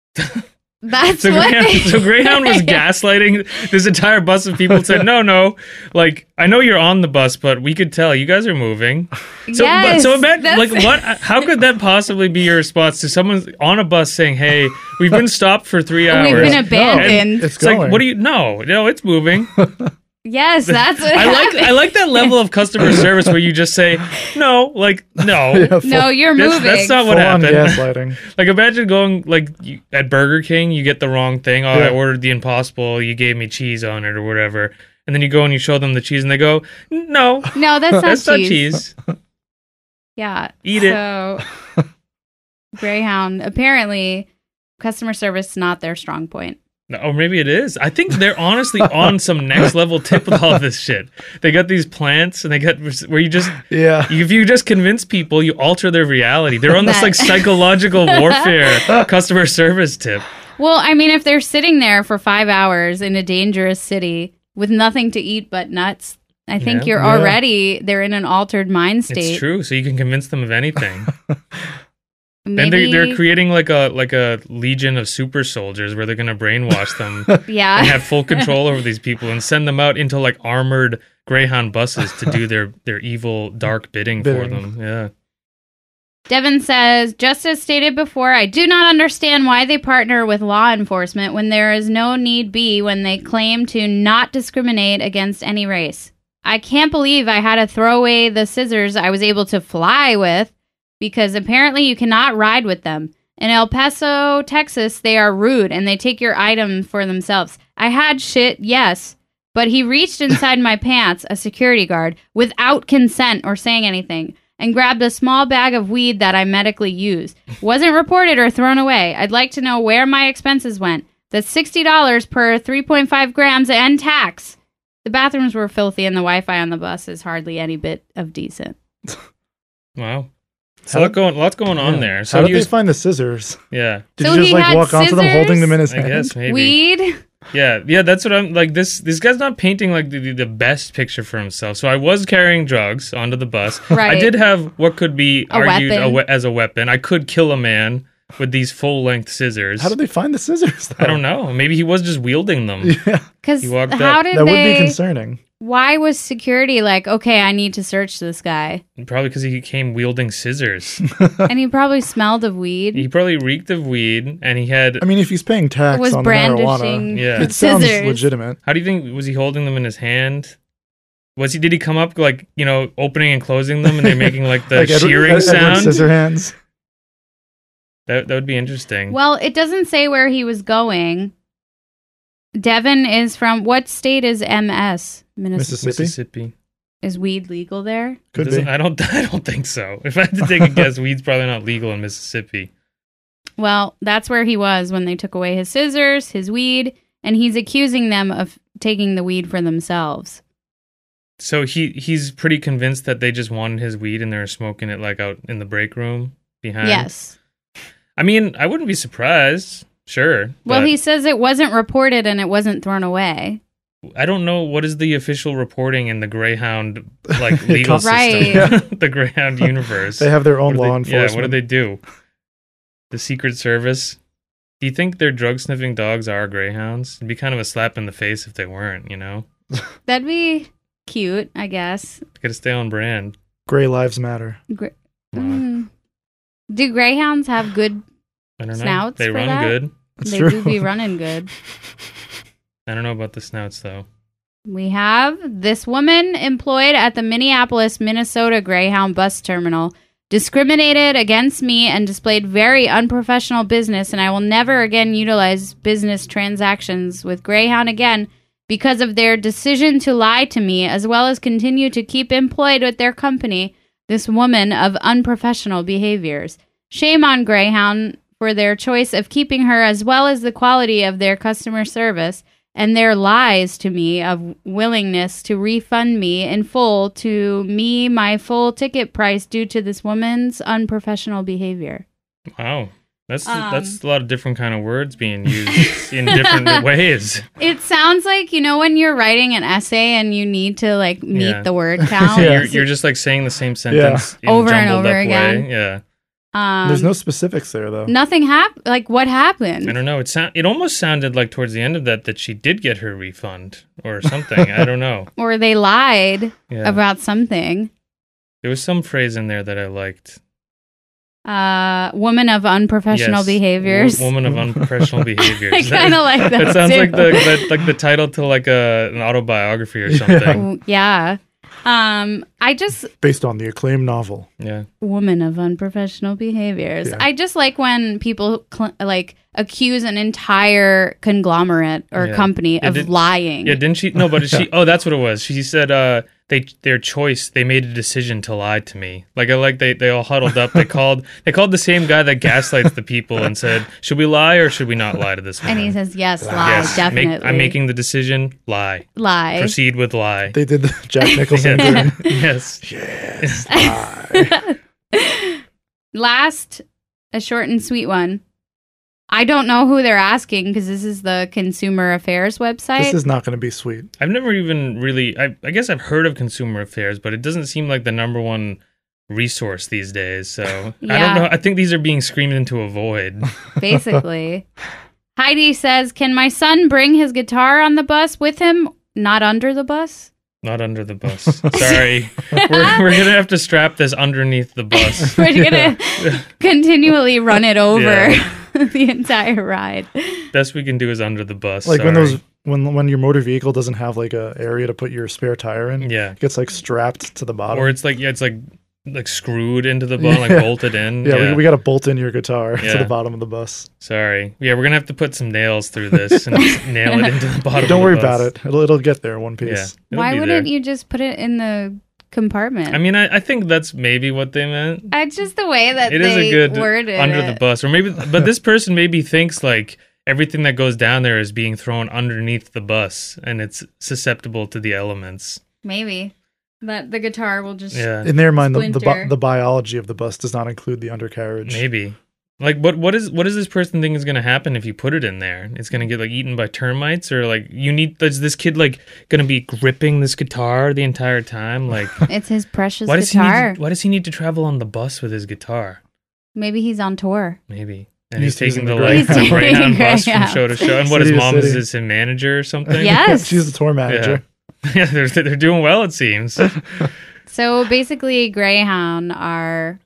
That's
So
what.
Greyhound,
they-
so Greyhound was gaslighting this entire bus of people. Said, "No, no, like I know you're on the bus, but we could tell you guys are moving." So, but-
Yes,
so imagine,
that's-
like, what? How could that possibly be your response to someone on a bus saying, "Hey, we've been stopped for three hours."
We've been
No.
abandoned.
It's
It's like,
going.
what do you? No, no, it's moving.
yes, that's what
I like,
happened.
I like that level of customer service where you just say, "No, like, no."
Yeah, full,
no, you're
That's,
moving.
that's not
full
what
on
happened.
gaslighting.
Like imagine going like you, at Burger King, you get the wrong thing. Oh,
Yeah.
I ordered the Impossible. You gave me cheese on it or whatever. And then you go and you show them the cheese, and they go, "No,
no, that's not
that's
cheese.
not cheese."
Yeah,
Eat it.
so, Greyhound apparently customer service not their strong point.
No, or maybe it is. I think they're honestly on some next level tip with all this shit. They got these plants, and they got where you just
Yeah.
if you just convince people, you alter their reality. They're on this
That-
like psychological warfare customer service tip.
Well, I mean, if they're sitting there for five hours in a dangerous city with nothing to eat but nuts, I think
Yeah.
you're
Yeah.
already they're in an altered mind state.
It's true. So you can convince them of anything.
Maybe,
Then they, they're creating like a like a legion of super soldiers where they're gonna brainwash them and
yeah.
have full control over these people and send them out into like armored Greyhound buses to do their their evil dark bidding, for
Bidding.
them. Yeah,
Devin says, just as stated before, I do not understand why they partner with law enforcement when there is no need be when they claim to not discriminate against any race. I can't believe I had to throw away the scissors I was able to fly with because apparently you cannot ride with them. In El Paso, Texas, they are rude and they take your item for themselves. I had shit, yes, but he reached inside my pants, a security guard, without consent or saying anything, and grabbed a small bag of weed that I medically use. Wasn't reported or thrown away. I'd like to know where my expenses went. That's $60 per 3.5 grams and tax. The bathrooms were filthy and the Wi Fi on the bus is hardly any bit of decent.
wow. So
How
lot
did-
going, lots going on
Yeah.
there.
How
So
did
you,
they find the scissors?
yeah,
Did
So
you
he
just like
had
walk onto them holding them in his
I
hand?
guess maybe.
Weed?
Yeah, yeah, that's what I'm like. This this guy's not painting like the, the- the best picture for himself. So I was carrying drugs onto the bus.
Right.
I did have what could be
A
argued a
weapon.
we- as a weapon. I could kill a man with these full length scissors.
How did they find the scissors? Though?
I don't know. Maybe he was just wielding them.
Yeah,
Because
He walked
how
up.
did
that would
they?
be concerning.
why was security like, okay, I need to search this guy,
Probably because he came wielding scissors.
and he probably smelled of weed.
he probably reeked of weed, and he had.
I mean, if he's paying tax
was
on the marijuana,
brandishing
Yeah.
it sounds
scissors.
legitimate.
How do you think was he holding them in his hand? Was he? Did he come up like you know, opening and closing them, and they're making like the
like Edward-
shearing
Edward,
sound?
Scissorhands.
That that would be interesting.
Well, it doesn't say where he was going. Devin is from what state is MS? Minnesota.
Mississippi.
Mississippi.
Is weed legal there?
Could
Doesn't-
be.
I don't. I don't think so. If I had to take a guess, weed's probably not legal in Mississippi.
Well, that's where he was when they took away his scissors, his weed, and he's accusing them of taking the weed for themselves.
So he he's pretty convinced that they just wanted his weed and they were smoking it like out in the break room behind.
yes.
I mean, I wouldn't be surprised. Sure.
Well,
but
he says it wasn't reported and it wasn't thrown away.
I don't know what is the official reporting in the Greyhound like legal
comes-
system,
Right.
the Greyhound universe.
They have their
What
own
do
law
they-
enforcement.
Yeah, what do they do? The Secret Service. Do you think their drug sniffing dogs are greyhounds? It'd be kind of a slap in the face if they weren't. You know,
That'd be cute, I guess.
got to stay on brand.
Gray lives matter.
Gre-
Wow.
Mm. Do greyhounds have good?
I don't know.
Snouts
They
for
run
that?
good.
That's
they
true.
do be running good.
I don't know about the snouts though.
We have this woman employed at the Minneapolis, Minnesota Greyhound bus terminal discriminated against me and displayed very unprofessional business, and I will never again utilize business transactions with Greyhound again because of their decision to lie to me as well as continue to keep employed with their company this woman of unprofessional behaviors. Shame on Greyhound for their choice of keeping her as well as the quality of their customer service and their lies to me of willingness to refund me in full to me my full ticket price due to this woman's unprofessional behavior.
Wow, that's
Um.
that's a lot of different kind of words being used in different ways.
It sounds like you know when you're writing an essay and you need to like meet
Yeah.
the word count.
Yeah.
You're, you're just like saying the same sentence in
Oh, Over and
jumbled
over
up
again.
Way. Yeah,
um,
There's no specifics there though.
nothing happened. Like what happened?
I don't know. It sound it almost sounded like towards the end of that that she did get her refund or something. I don't know.
or they lied
Yeah.
about something.
There was some phrase in there that I liked.
Uh, woman of unprofessional
Yes,
behaviors.
wo- woman of unprofessional behaviors.
I kind of like that.
That sounds
too.
like the, the like the title to like a an autobiography or
Yeah.
something.
W- yeah. Um, I just
Based on the acclaimed novel.
Yeah.
woman of unprofessional behaviors.
Yeah.
I just like when people cl- like accuse an entire conglomerate or
Yeah.
company
Yeah,
of
did-
lying.
Yeah, didn't she No, but she Oh, that's what it was. She said uh they their choice, they made a decision to lie to me. Like I like they they all huddled up. They called they called the same guy that gaslights the people and said, "Should we lie or should we not lie to this man?"
and he says, "Yes, lie,
Yes, make-
definitely."
I'm making the decision. Lie.
lie.
Proceed with lie.
They did the Jack Nicholson
Yeah.
thing.
yes.
Yes. I-
Last, a short and sweet one. I don't know who they're asking because this is the consumer affairs website.
this is not going to be sweet.
I've never even really. I, I guess I've heard of consumer affairs, but it doesn't seem like the number one resource these days. So I
Yeah.
don't know. I think these are being screamed into a void.
basically. Heidi says, "Can my son bring his guitar on the bus with him? Not under the bus."
Not under the bus. Sorry, we're, we're gonna have to strap this underneath the bus.
We're gonna continually run it over
Yeah.
the entire ride.
Best we can do is under the bus.
Like when
sorry.
those when when your motor vehicle doesn't have like a area to put your spare tire in, it
Yeah.
gets like strapped to the bottom.
Or it's like yeah, it's like like screwed into the bus, like
Yeah.
bolted in.
yeah, We, we got to bolt in your guitar to
Yeah.
the bottom of the bus.
Sorry. Yeah, we're gonna have to put some nails through this and just nail it into the bottom. of
Don't
the
worry
bus.
about it. It'll, it'll get there in one
Yeah.
piece.
it'll
Why
be
wouldn't
there.
you just put it in the compartment?
I mean, I, I think that's maybe what they meant.
it's just the way that
It is
they
a good
worded
under
it.
the bus, or maybe. But this person maybe thinks like everything that goes down there is being thrown underneath the bus, and it's susceptible to the elements.
Maybe that the guitar will just
Yeah,
In their mind, the the,
Splinter.
bi- the biology of the bus does not include the undercarriage.
maybe. Like what? What is? What does this person think is going to happen if you put it in there? It's going to get like eaten by termites, or like you need? Is this kid like going to be gripping this guitar the entire time? Like
It's his precious
why does he
guitar.
need? To, why does he need to travel on the bus with his guitar?
Maybe he's on tour.
Maybe. And
He's
he's, taking
using
the
the
like
Greyhound.
the Greyhound bus from
Greyhound.
show to show. And what his
City to
mom is
city.
is his manager or something.
Yes.
she's the tour manager.
Yeah, they're they're doing well it seems.
So basically, Greyhound are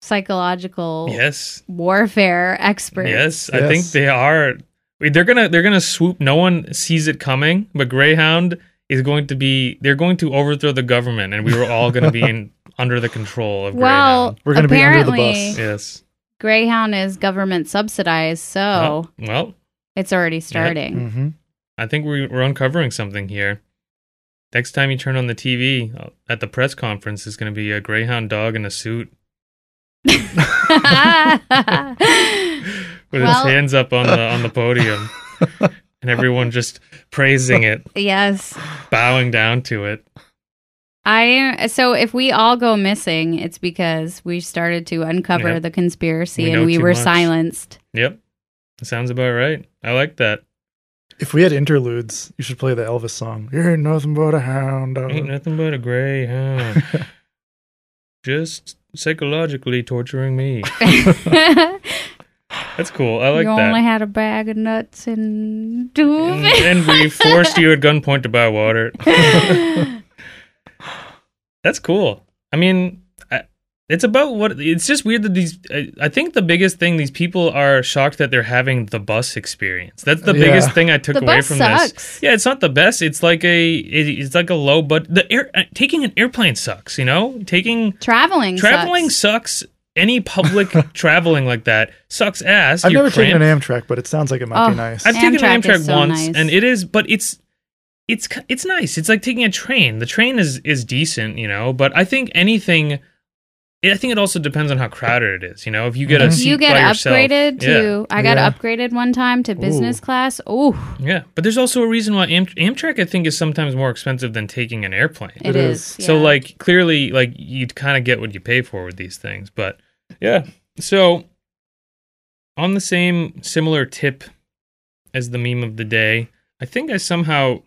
psychological
yes.
warfare experts.
Yes, I think
Yes.
they are. Wait, They're gonna they're gonna swoop. No one sees it coming, but Greyhound is going to be. They're going to overthrow the government, and we were all going to be in under the control of
Well,
We're gonna be under the
apparently,
bus.
Greyhound. Yes.
Greyhound is government subsidized, so
Oh, well,
it's already starting.
hmm
I think we, we're uncovering something here. Next time you turn on the TV uh, at the press conference, is going to be a Greyhound dog in a suit Mm. with
Well-
his hands up on the on the podium, and everyone just praising it,
yes.
bowing down to it.
I so if we all go missing, it's because we started to uncover
Yeah.
the conspiracy
We know
and we
too
were
much.
silenced.
Yep. That sounds about right. I like that.
If we had interludes, you should play the Elvis song. You're nothing but a hound dog.
Ain't nothing but a greyhound. Just psychologically torturing me. That's cool. I like
you
that.
only had a bag of nuts and two.
and we forced you at gunpoint to buy water. That's cool. I mean, I, it's about what it's just weird that these. I, I think the biggest thing these people are shocked that they're having the bus experience. That's the
Yeah.
biggest thing I took
The
away
bus
from this.
sucks.
Yeah, it's not the best. It's like a it, it's like a low, but the air uh, taking an airplane sucks. You know, taking
Traveling.
traveling
sucks.
sucks. Any public traveling like that sucks ass.
I've
You're
never taken
cramped.
an Amtrak, but it sounds like it might
Oh.
be nice.
I've taken an
Amtrak
Amtrak
is so
once,
nice.
and it is, but it's it's ki- it's nice. It's like taking a train. The train is is decent, you know. But I think anything, I think it also depends on how crowded it is. You know, if you get a
Mhm.
If
seat
Mm-hmm. you get
by yourself-
upgraded to. I got
Yeah.
upgraded one time to business
Ooh.
class. Oh,
yeah, yeah. But there's also a reason why Amt- Amtrak I think is sometimes more expensive than taking an airplane.
it
It
is.
is.
So
yeah.
like clearly, like you kind of get what you pay for with these things. But yeah, so on the same similar tip as the meme of the day, I think I somehow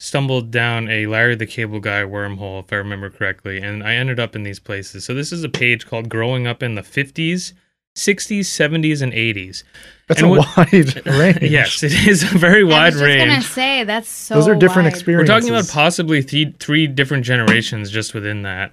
stumbled down a Larry the Cable Guy wormhole, if I remember correctly, and I ended up in these places. So this is a page called "Growing Up in the '50s, '60s, '70s, and '80s."
That's
and
a
what-
wide range.
yes, it is a very
I
wide
was just
range.
gonna say that's so.
Those are different
wide.
We're
experiences.
talking about possibly three three different generations just within that.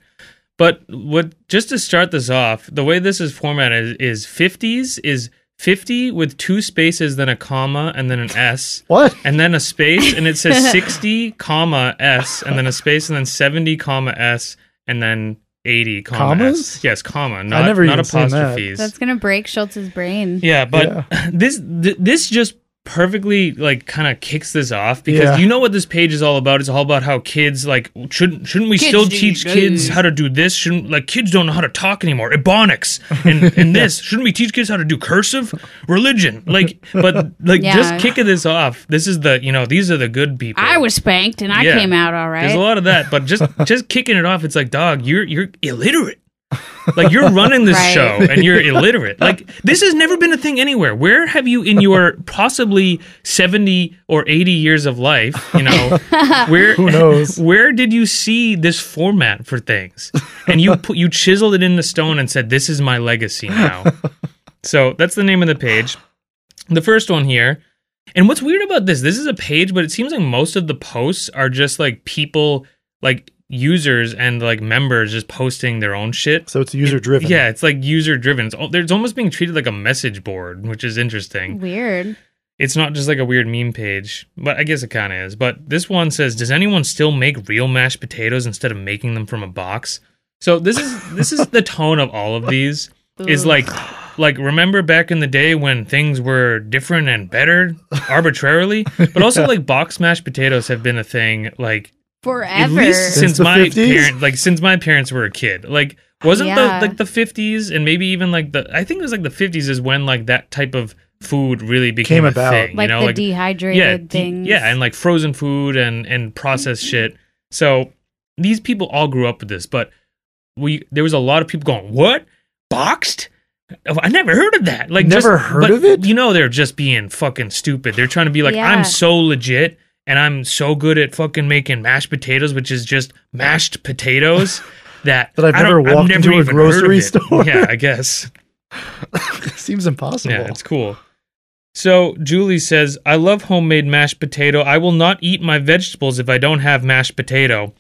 But what just to start this off, the way this is formatted is fifties is fifty with two spaces, then a comma, and then an S,
What?
and then a space, and it says sixty comma S, and then a space, and then seventy comma S, and then eighty comma
Commas?
S. Yes, comma, not
never
not
even seen that.
apostrophes.
That's gonna break Schultz's brain.
Yeah, but
Yeah.
this th- this just perfectly like kind of kicks this off because
Yeah.
you know what this page is all about. It's all about how kids like shouldn't shouldn't we
Kids
still
do
teach
this.
kids how to do this? Shouldn't like kids don't know how to talk anymore? Ebonics and and this shouldn't we teach kids how to do cursive religion? Like, but like
Yeah.
just kicking this off. This is the you know these are the good people.
I was spanked and I
Yeah.
came out all
There's a
right.
lot of that, but just just kicking it off, it's like, dog, you're you're illiterate. Like you're running this
Right.
show and you're illiterate. Like this has never been a thing anywhere. Where have you in your possibly seventy or eighty years of life, you know, where
Who knows?
where did you see this format for things? And you put you chiseled it in the stone and said, This is my legacy now. So that's the name of the page. The first one here. And what's weird about this, this is a page, but it seems like most of the posts are just like people, like users and like members just posting their own shit.
So it's user driven.
Yeah, it's like user driven. It's, al- it's almost being treated like a message board, which is interesting.
Weird.
It's not just like a weird meme page, but I guess it kind of is. But this one says, "Does anyone still make real mashed potatoes instead of making them from a box?" So this is this is the tone of all of these is
Ooh.
like like remember back in the day when things were different and better arbitrarily, but also like box mashed potatoes have been a thing like
forever.
at least
Since
since
the
my
50s?
parents like since my parents were a kid like wasn't
Yeah.
the like the 50s and maybe even like the i think it was like the 50s is when like that type of food really became
Came
a
about.
thing,
like
you know
the
like
dehydrated
yeah de-
things. Mm-hmm.
yeah and like frozen food and and processed shit so these people all grew up with this but we there was a lot of people going what boxed Oh, I never heard of that. Like, just-
Never heard
but
of it?
You know, they're just being fucking stupid. They're trying to be like,
Yeah.
I'm so legit and I'm so good at fucking making mashed potatoes, which is just mashed potatoes that
That I've
I don't-
never walked into a
even
grocery
heard of it.
store.
Yeah, I guess.
Seems impossible.
Yeah, it's cool. So Julie says, I love homemade mashed potato. I will not eat my vegetables if I don't have mashed potato.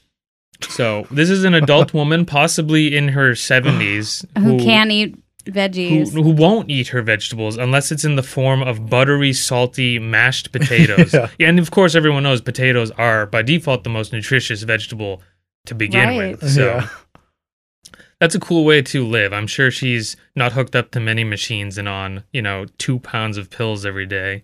So this is an adult woman, possibly in her 70s,
who can't eat veggies.
who, who won't eat her vegetables unless it's in the form of buttery, salty, mashed potatoes.
Yeah.
And of course, everyone knows potatoes are by default the most nutritious vegetable to begin
Right.
with. So
Uh, Yeah.
that's a cool way to live. I'm sure she's not hooked up to many machines and on, you know, two pounds of pills every day.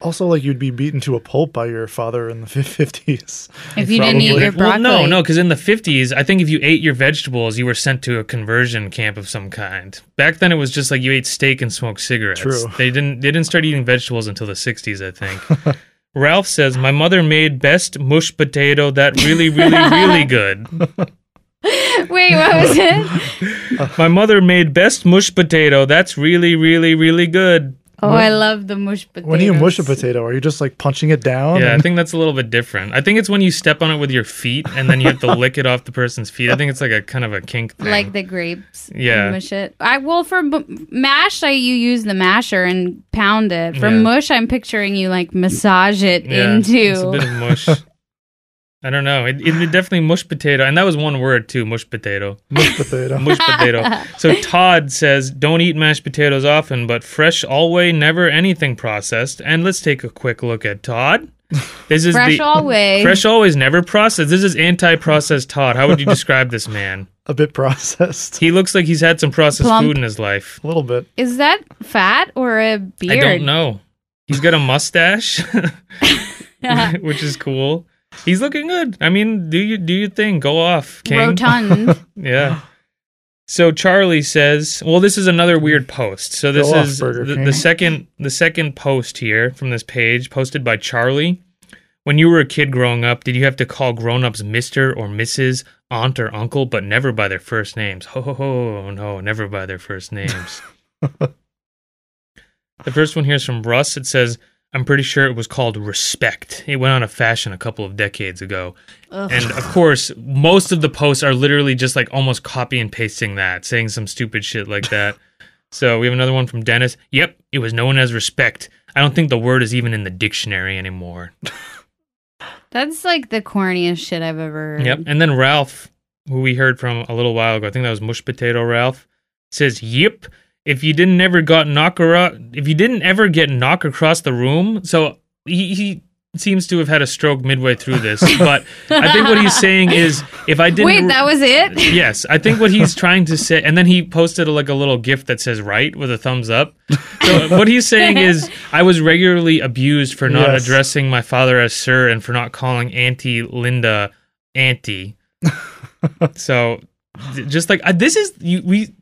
Also, like you'd be beaten to a pulp by your father in the fifties.
if you didn't eat
Probably.
your
Well,
broccoli,
no, no, because in the 50s, I think if you ate your vegetables, you were sent to a conversion camp of some kind. Back then, it was just like you ate steak and smoked cigarettes.
True.
They didn't. They didn't start eating vegetables until the 60s, I think. Ralph says, "My mother made best mush potato that really, really, really good."
Wait, what was it?
My mother made best mush potato that's really, really, really good.
Oh, I love the mush potato.
When do you mush a potato? Are you just like punching it down?
Yeah, I
and-
think that's a little bit different. I think it's when you step on it with your feet and then you have to lick it off the person's feet. I think it's like a kind of a kink thing.
Like the grapes. you
Yeah.
mush it. I well for b- mash, I you use the masher and pound it. For
Yeah.
mush, I'm picturing you like massage it
yeah, It's a
into.
bit of mush. I don't know. It, it definitely mush potato, and that was one word too. Mush potato.
mush potato.
Mush potato. So Todd says, "Don't eat mashed potatoes often, but fresh always, never anything processed." And let's take a quick look at Todd. This is
Fresh
the
always.
fresh always, never processed. This is anti-processed Todd. How would you describe this man?
a bit processed.
He looks like he's had some processed
Plump.
food in his life.
A little bit.
Is that fat or a beard?
I don't know. He's got a mustache, which is cool. He's looking good. I mean, do you do your thing. Go off, King.
Rotund.
Yeah. So Charlie says, "Well, this is another weird post. So this
Go off,
is
Burger
the,
King.
the second the second post here from this page posted by Charlie. When you were a kid growing up, did you have to call grown-ups Mister or Mrs, Aunt or Uncle, but never by their first names? Ho ho ho! No, never by their first names." the first one here is from Russ. It says. I'm pretty sure it was called respect. It went out of fashion a couple of decades ago.
Ugh.
And of course, most of the posts are literally just like almost copy and pasting that, saying some stupid shit like that. so we have another one from Dennis. Yep, it was known as respect. I don't think the word is even in the dictionary anymore.
That's like the corniest shit I've ever heard.
Yep. And then Ralph, who we heard from a little while ago, I think that was Mush Potato Ralph, says, Yep. If you didn't ever got knock ar- if you didn't ever get knock across the room, so he, he seems to have had a stroke midway through this. but I think what he's saying is if I didn't
Wait, that was it?
yes, I think what he's trying to say, and then he posted a, like a little gift that says "right" with a thumbs up. So what he's saying is, I was regularly abused for not
Yes.
addressing my father as sir and for not calling Auntie Linda Auntie. so, j- just like I, this is you, we.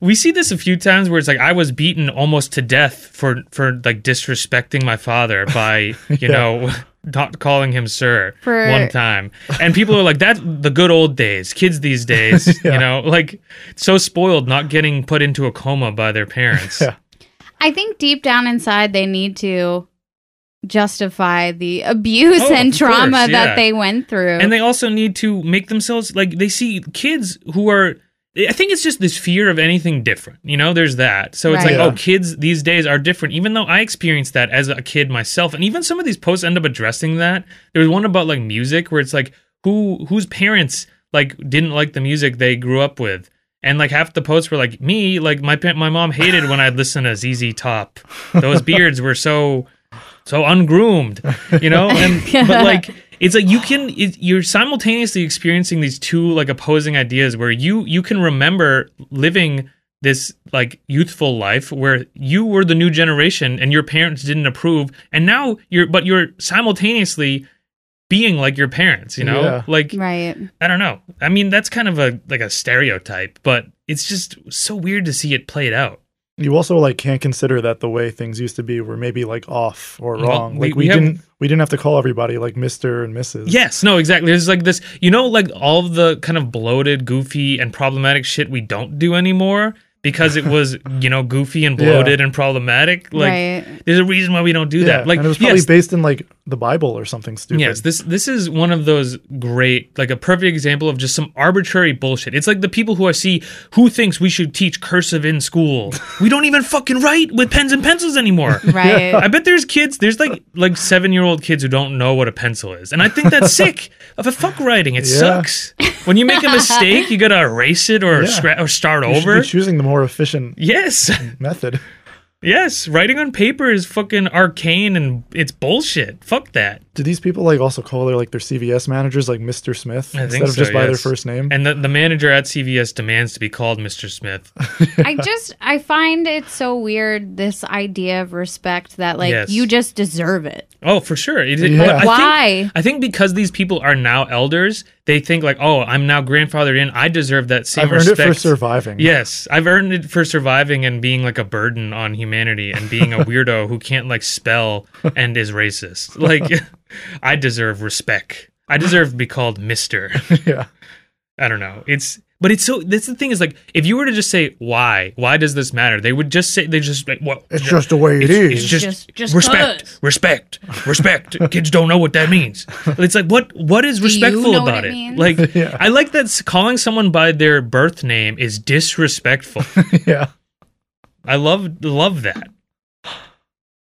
We see this a few times where it's like I was beaten almost to death for for like disrespecting my father by you
Yeah.
know not calling him sir
For-
one time. And people are like, that's the good old days, kids these days, you
Yeah.
know, like so spoiled not getting put into a coma by their parents.
Yeah.
I think deep down inside they need to justify the abuse
Oh,
and
of course,
trauma
yeah.
that they went through.
And they also need to make themselves like they see kids who are I think it's just this fear of anything different. You know, there's that. So it's
Right.
like,
Yeah.
oh, kids these days are different, even though I experienced that as a kid myself. And even some of these posts end up addressing that. There was one about like music where it's like who whose parents like didn't like the music they grew up with. And like half the posts were like me, like my pa- my mom hated when I'd listen to ZZ Top. Those beards were so so ungroomed, you know? And but like it's like you can it, you're simultaneously experiencing these two like opposing ideas where you you can remember living this like youthful life where you were the new generation and your parents didn't approve and now you're but you're simultaneously being like your parents, you know?
Yeah.
Like
right.
I don't know. I mean, that's kind of a like a stereotype, but it's just so weird to see it played out.
You also like can't consider that the way things used to be were maybe like off or
Well,
wrong.
we-
like
we
we,
have-
didn't we didn't have to call everybody like Mister and Mrs.
Yes, no, exactly. There's like this, you know, like all of the kind of bloated, goofy, and problematic shit we don't do anymore because it was, you know, goofy and
Yeah.
bloated and problematic. Like,
right.
there's a reason why we don't do
Yeah,
that. Like,
and it was probably
yes,
based in like the Bible or something stupid.
Yes, this this is one of those great, like a perfect example of just some arbitrary bullshit. It's like the people who I see who thinks we should teach cursive in school. we don't even fucking write with pens and pencils anymore.
Right.
I bet there's kids, there's like like seven year old kids who don't know what a pencil is, and I think that's sick. Of a fuck writing, it
Yeah.
sucks. When you make a mistake, you gotta erase it or
Yeah.
scra- or start
You should be
over.
choosing the more efficient
Yes,
method.
yes, writing on paper is fucking arcane and it's bullshit. Fuck that.
Do these people like also call their like their CVS managers like Mister Smith
I
instead
think
of
so,
just by their
yes.
first name?
And the, the manager at CVS demands to be called Mr. Smith.
I just I find it so weird this idea of respect that like
Yes.
you just deserve it.
Oh, for sure. It,
Yeah.
but I
Why?
Think, I think because these people are now elders, they think like, oh, I'm now grandfathered in. I deserve that same
I've earned
respect.
it for surviving.
Yes, I've earned it for surviving and being like a burden on humanity and being a weirdo who can't like spell and is racist. Like, I deserve respect. I deserve to be called Mister.
yeah.
I don't know. It's but it's so. That's the thing is like if you were to just say why, why does this matter? They would just say they just like what
It's just the way
it's, it's just,
Just- just
respect,
'cause.
respect, respect. Kids don't know what that means. It's like what what is
you
respectful
know what
about
it
it?
means?
Like
Yeah.
I like that s- calling someone by their birth name is disrespectful.
yeah.
I love love that.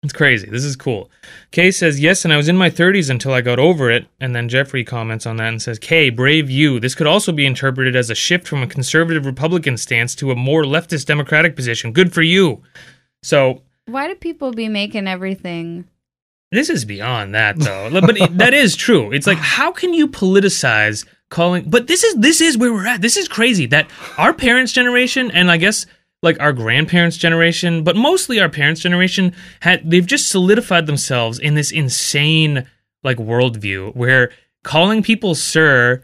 It's crazy. This is cool. Kay says, Yes, and I was in my 30s until I got over it. And then Jeffrey comments on that and says, Kay, brave you. This could also be interpreted as a shift from a conservative Republican stance to a more leftist Democratic position. Good for you. So
Why do people be making everything?
this is beyond that, though. but it, that is true. It's like, how can you politicize calling? But this is this is where we're at. This is crazy that our parents' generation and I guess like our grandparents' generation, but mostly our parents' generation had they've just solidified themselves in this insane like worldview where calling people sir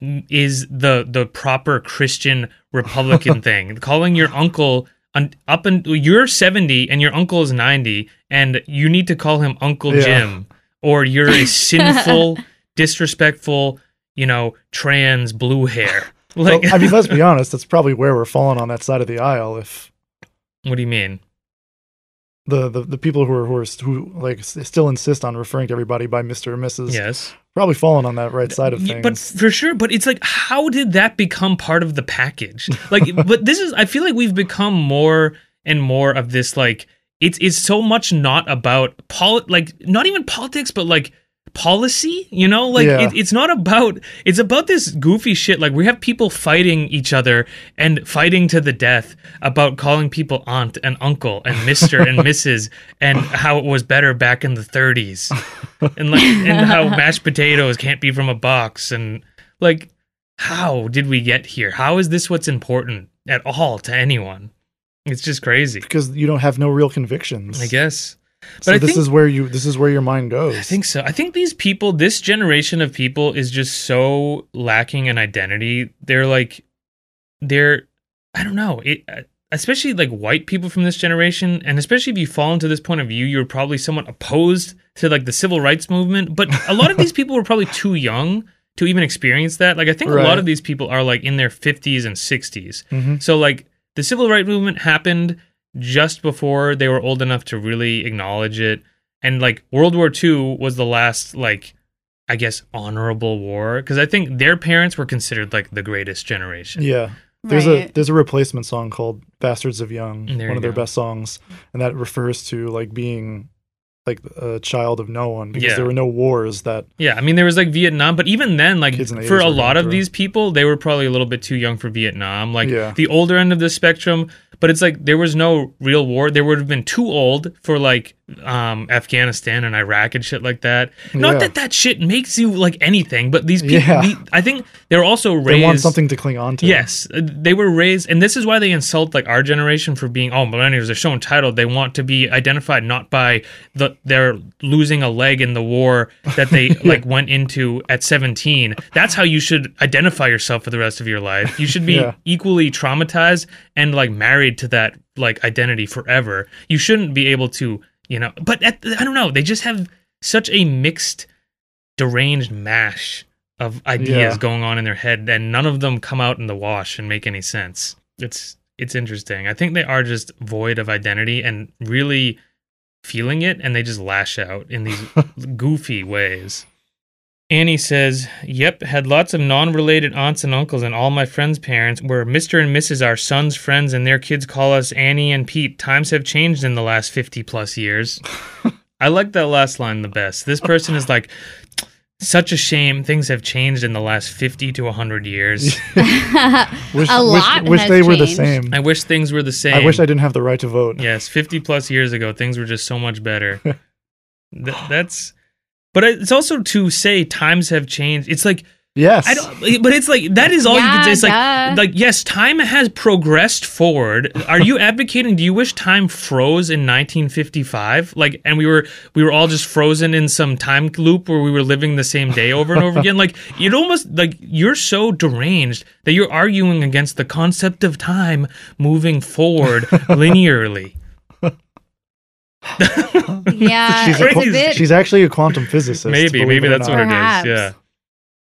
is the the proper Christian Republican thing. Calling your uncle un, up and you're 70 and your uncle is 90 and you need to call him Uncle
Yeah.
Jim or you're a sinful, disrespectful, you know, trans blue hair. Like
Well, I mean, let's be honest. That's probably where we're falling on that side of the aisle. If
what do you mean?
the, the, the people who are who are s- who like s- still insist on referring to everybody by Mister or Mrs.
Yes.
probably falling on that right side of
Yeah,
things.
But for sure, but it's like, how did that become part of the package? Like, but this is, I feel like we've become more and more of this, like, it's, it's so much not about poli- like, not even politics, but like policy, you know? Like,
Yeah.
it, it's not about, it's about this goofy shit. Like, we have people fighting each other and fighting to the death about calling people aunt and uncle and Mr. and Mrs. and how it was better back in the 30s and like and how mashed potatoes can't be from a box and like how did we get here how is this what's important at all to anyone it's just crazy
because you don't have no real convictions.
i guess but
So
i
this
think
is where you this is where your mind goes.
i think so i think these people this generation of people is just so lacking in identity they're like they're i don't know it uh, especially like white people from this generation and especially if you fall into this point of view you're probably somewhat opposed to like the civil rights movement but a lot of these people were probably too young to even experience that like i think a lot
Right.
of these people are like in their 50s and 60s
Mhm.
so like the civil rights movement happened just before they were old enough to really acknowledge it and like world war ii was the last like i guess honorable war because i think their parents were considered like the greatest generation
Yeah. There's a
right.
there's a replacement song called "Bastards of Young,"
There you
one of their
go.
best songs, and that refers to like being like a child of no one because
Yeah.
there were no wars that
Yeah, I mean there was like Vietnam, but even then, like
Kids in the
for
80s
a
were
lot
going
of
through.
these people, they were probably a little bit too young for Vietnam, like
Yeah.
the older end of the spectrum. But it's like there was no real war. They would have been too old for like um, Afghanistan and Iraq and shit like that. Not
Yeah.
that that shit makes you like anything, but these people,
Yeah.
the- I think they're also raised.
they want something to cling on to.
Yes, uh, they were raised, and this is why they insult like our generation for being oh millennials. They're so entitled. They want to be identified not by the they're losing a leg in the war that they like went into at seventeen. That's how you should identify yourself for the rest of your life. You should be
Yeah.
equally traumatized and like married to that like identity forever. You shouldn't be able to you know. But at, I don't know. They just have such a mixed, deranged mash of ideas
Yeah.
going on in their head and none of them come out in the wash and make any sense. It's it's interesting. I think they are just void of identity and really feeling it and they just lash out in these goofy ways. Annie says, "Yep, had lots of non-related aunts and uncles and all my friends' parents were Mr. and Mrs. our son's friends and their kids call us Annie and Pete. Times have changed in the last 50 plus years." I like that last line the best. This person is like, such a shame. Things have changed in the last 50 to 100 years.
Wish,
A
wish-
lot
wish
has
they were the
changed.
same.
I wish things were the same.
I wish I didn't have the right to vote.
Yes, 50 plus years ago, things were just so much better. Th- that's, but it's also to say times have changed. It's like
Yes.
I don't, but it's like that is all you can
Yeah,
say. It's
duh.
like, like yes, time has progressed forward. Are you advocating? Do you wish time froze in 1955? Like, and we were we were all just frozen in some time loop where we were living the same day over and over again. Like, it almost like you're so deranged that you're arguing against the concept of time moving forward linearly.
yeah, it's
she's, a
Crazy.
a
qu-
bit
she's actually a quantum physicist.
maybe,
believe
maybe
it or
that's
not.
what
Perhaps.
it is. Yeah.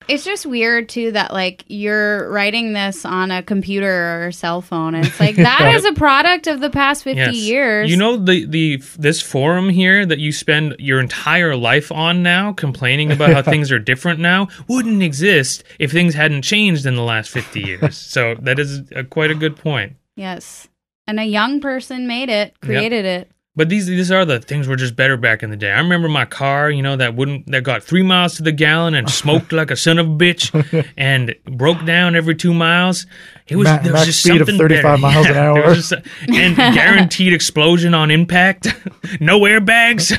It's just weird too that like you're writing this on a computer or cell phone, and it's like that is a product of the past fifty
Yes.
years.
You know the the this forum here that you spend your entire life on now, complaining about how things are different now, wouldn't exist if things hadn't changed in the last fifty years. so that is a, quite a good point.
yes, and a young person made it, created it.
But these these are the things were just better back in the day. I remember my car, you know, that wouldn't that got three miles to the gallon and smoked like a son of a bitch and broke down every two miles. It was
Ma-
there was
max
just
speed of
something
35
better.
miles an
there
hour.
was just- and guaranteed explosion on impact, no airbags,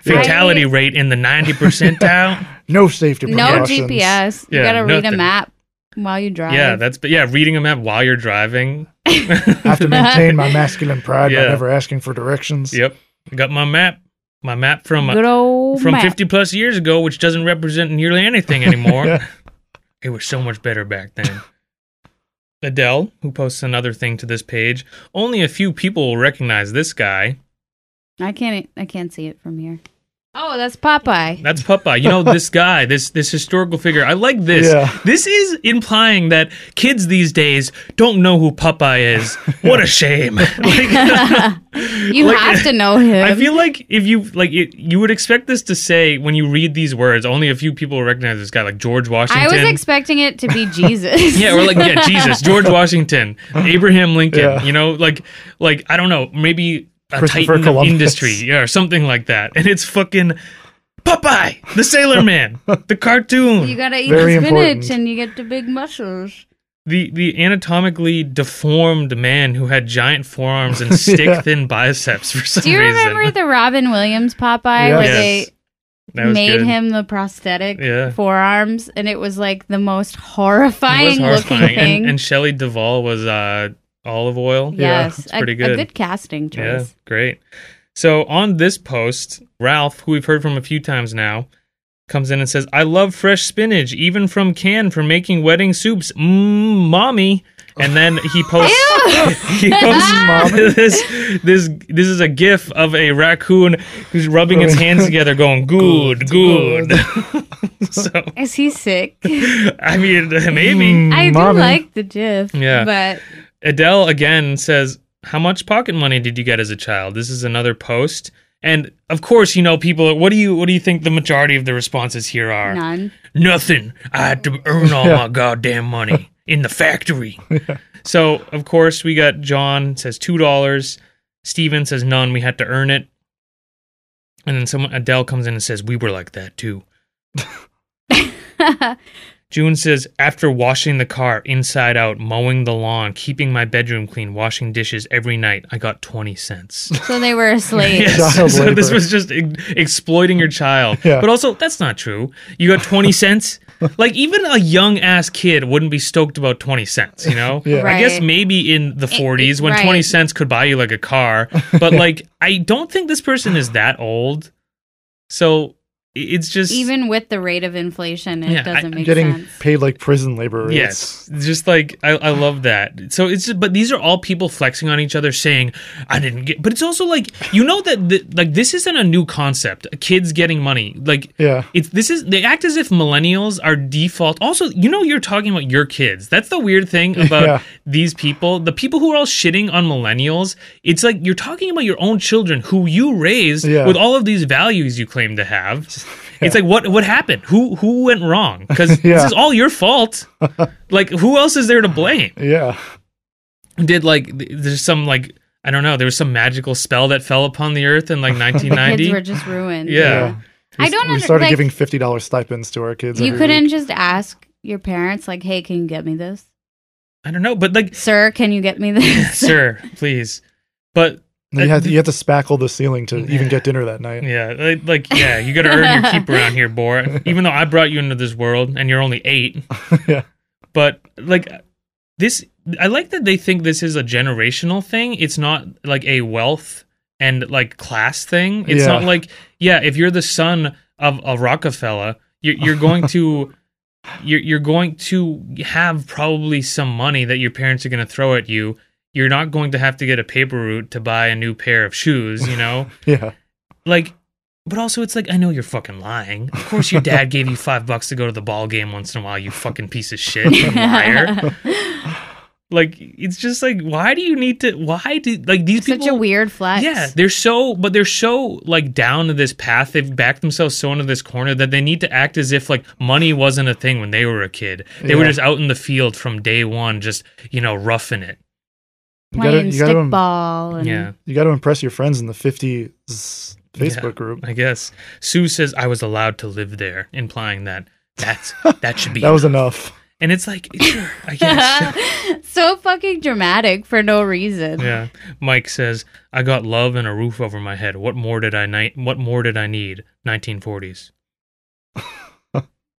fatality
I-
rate in the ninety percentile.
No safety
No
precautions.
GPS. You
Yeah,
gotta read a
nothing.
map while you drive.
yeah, that's but yeah, reading a map while you're driving.
have to maintain my masculine pride by
Yeah.
never asking for directions.
Yep, got my map, my map from uh,
good old
from
map.
50 plus years ago, which doesn't represent nearly anything anymore. It was so much better back then. Adele, who posts another thing to this page, only a few people will recognize this guy.
I can't. I can't see it from here. Oh, that's Popeye.
That's Popeye. You know this guy, this this historical figure. I like this.
Yeah.
This is implying that kids these days don't know who Popeye is. What a shame. Like-
You
Like-
have to know him.
I feel like if you like it, you would expect this to say when you read these words, only a few people will recognize this guy, like George Washington.
I was expecting it to be Jesus.
Yeah, or like yeah, Jesus, George Washington, Abraham Lincoln.
Yeah.
You know, like like I don't know, maybe a
Christopher
titan of
Columbus.
industry, yeah, or something like that. And it's fucking Popeye, the Sailor Man, the cartoon,
you gotta eat
Very
the spinach
important.
and you get the big muscles.
the the anatomically deformed man who had giant forearms and stick thin biceps for some
Do you
reason.
remember the Robin Williams Popeye
Yes.
where
Yes. That
they
was
made
good.
him the prosthetic
Yeah.
forearms and it was like the most
It was
horrifying, looking
horrifying.
thing?
And, and Shelley Duvall was uh, olive oil.
Yeah,
yes,
it's
a-
pretty
A,
good.
good casting choice.
Yeah, great. So on this post, Ralph, who we've heard from a few times now, comes in and says, "I love fresh spinach, even from can, for making wedding soups." Mmm, mommy. And then he posts. he posts this. This this is a GIF of a raccoon who's rubbing its hands together, going "good, good."
Good,
so
Is he sick?
I mean, maybe.
Mm.
I do
Mommy.
like the GIF.
Yeah.
But
Adele again says, How much pocket money did you get as a child? This is another post. And of course, you know, people what do you what do you think the majority of the responses here are?
none.
Nothing. I had to earn all my goddamn money in the factory. So of course we got John says two dollars. Steven says none, we had to earn it. And then someone Adele comes in and says, We were like that too. June says, after washing the car inside out, mowing the lawn, keeping my bedroom clean, washing dishes every night, I got 20 cents.
so they were a slave.
Yes.
Child
so this
labor.
was just e- exploiting your child.
Yeah.
But also, that's not true. You got 20 cents? Like, even a young ass kid wouldn't be stoked about 20 cents, you know?
Yeah.
I guess
Right.
maybe in the 40s when
right.
20 cents could buy you like a car. But like, I don't think this person is that old. So i- it's just.
Even with the rate of inflation, it
Yeah, I-
doesn't make
Getting
sense.
paid like prison labor rates.
Yes, just like I, I love that. So it's but these are all people flexing on each other, saying I didn't get. But it's also like you know that the, like this isn't a new concept. Kids getting money, like
Yeah.
it's this is they act as if millennials are default. Also, you know you're talking about your kids. That's the weird thing about
Yeah.
these people. The people who are all shitting on millennials. It's like you're talking about your own children who you raised
Yeah.
with all of these values you claim to have. It's like what what happened? Who who went wrong? Because this
Yeah.
is all your fault. like who else is there to blame?
Yeah.
Did like th- there's some like I don't know. There was some magical spell that fell upon the earth in like
Kids
1990.
were just ruined.
Yeah.
I don't
We
under-
started
like,
giving fifty dollars stipends to our kids.
You
every
couldn't
week.
just ask your parents, like, hey, can you get me this?
I don't know, but like
Sir, can you get me this?
sir, please. But
You have, to, you have to spackle the ceiling to even get dinner that night.
Yeah, like, like yeah, you got to earn your keep around here, boy. Even though I brought you into this world and you're only eight,
yeah.
but like this, I like that they think this is a generational thing. It's not like a wealth and like class thing. It's
Yeah.
not like yeah, if you're the son of a Rockefeller, you're, you're going to. You're you're going to have probably some money that your parents are going to throw at you. You're not going to have to get a paper route to buy a new pair of shoes, you know.
Yeah.
like but also it's like i know you're fucking lying of course your dad gave you five bucks to go to the ball game once in a while you fucking piece of shit you liar like it's just like why do you need to why do like these
Such
people
a weird flex.
yeah they're so but they're so like down to this path they've backed themselves so into this corner that they need to act as if like money wasn't a thing when they were a kid they were
Yeah.
just out in the field from day one just you know roughing it
You gotta-
Playing
you gotta-
stickball. And
yeah
You got to impress your friends in the 50s Facebook
Yeah.
group.
I guess Sue says I was allowed to live there, implying that that's that should be.
That was enough.
and it's like sure, I guess.
so fucking dramatic for no reason.
yeah. Mike says I got love and a roof over my head. What more did I ni- What more did I need? 1940s.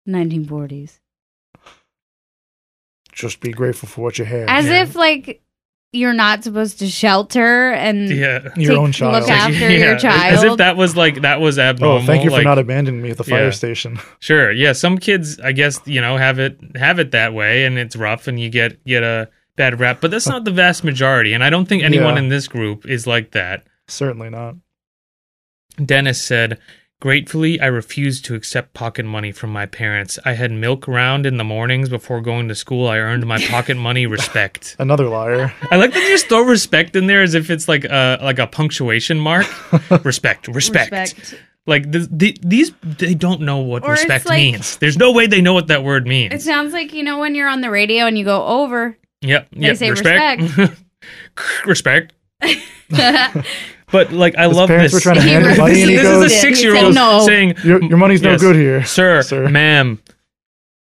1940s.
Just be grateful for what you have.
As
Yeah.
if like you're not supposed to shelter and
Yeah.
your
take-
own
look
child.
out. Mm. After your
As if
child.
that was like that was abnormal.
Oh, thank you for
like-
not abandoning me at the fire
Yeah.
station.
Sure. Yeah. Some kids, I guess, you know, have it have it that way, and it's rough, and you get get a bad rap. But that's not the vast majority, and I don't think anyone
Yeah.
in this group is like that.
Certainly not.
Dennis said, Gratefully, I refused to accept pocket money from my parents. I had milk round in the mornings before going to school. I earned my pocket money respect.
Another liar.
I like that you just throw respect in there as if it's like a like a punctuation mark. Respect, respect. Like th- th- these, they don't know what
Or it's
respect
like-
means. There's no way they know what that word means.
It sounds like you know when you're on the radio and you go over.
yep,
they
yep.
say
respect. respect. But like, I
His
love
parents
this.
were trying to
He
hand him money, and he
this is a
goes,
it. He said
six-year-old
no.
saying,
your, your money's
Yes.
no good here.
sir,
Sir.
ma'am,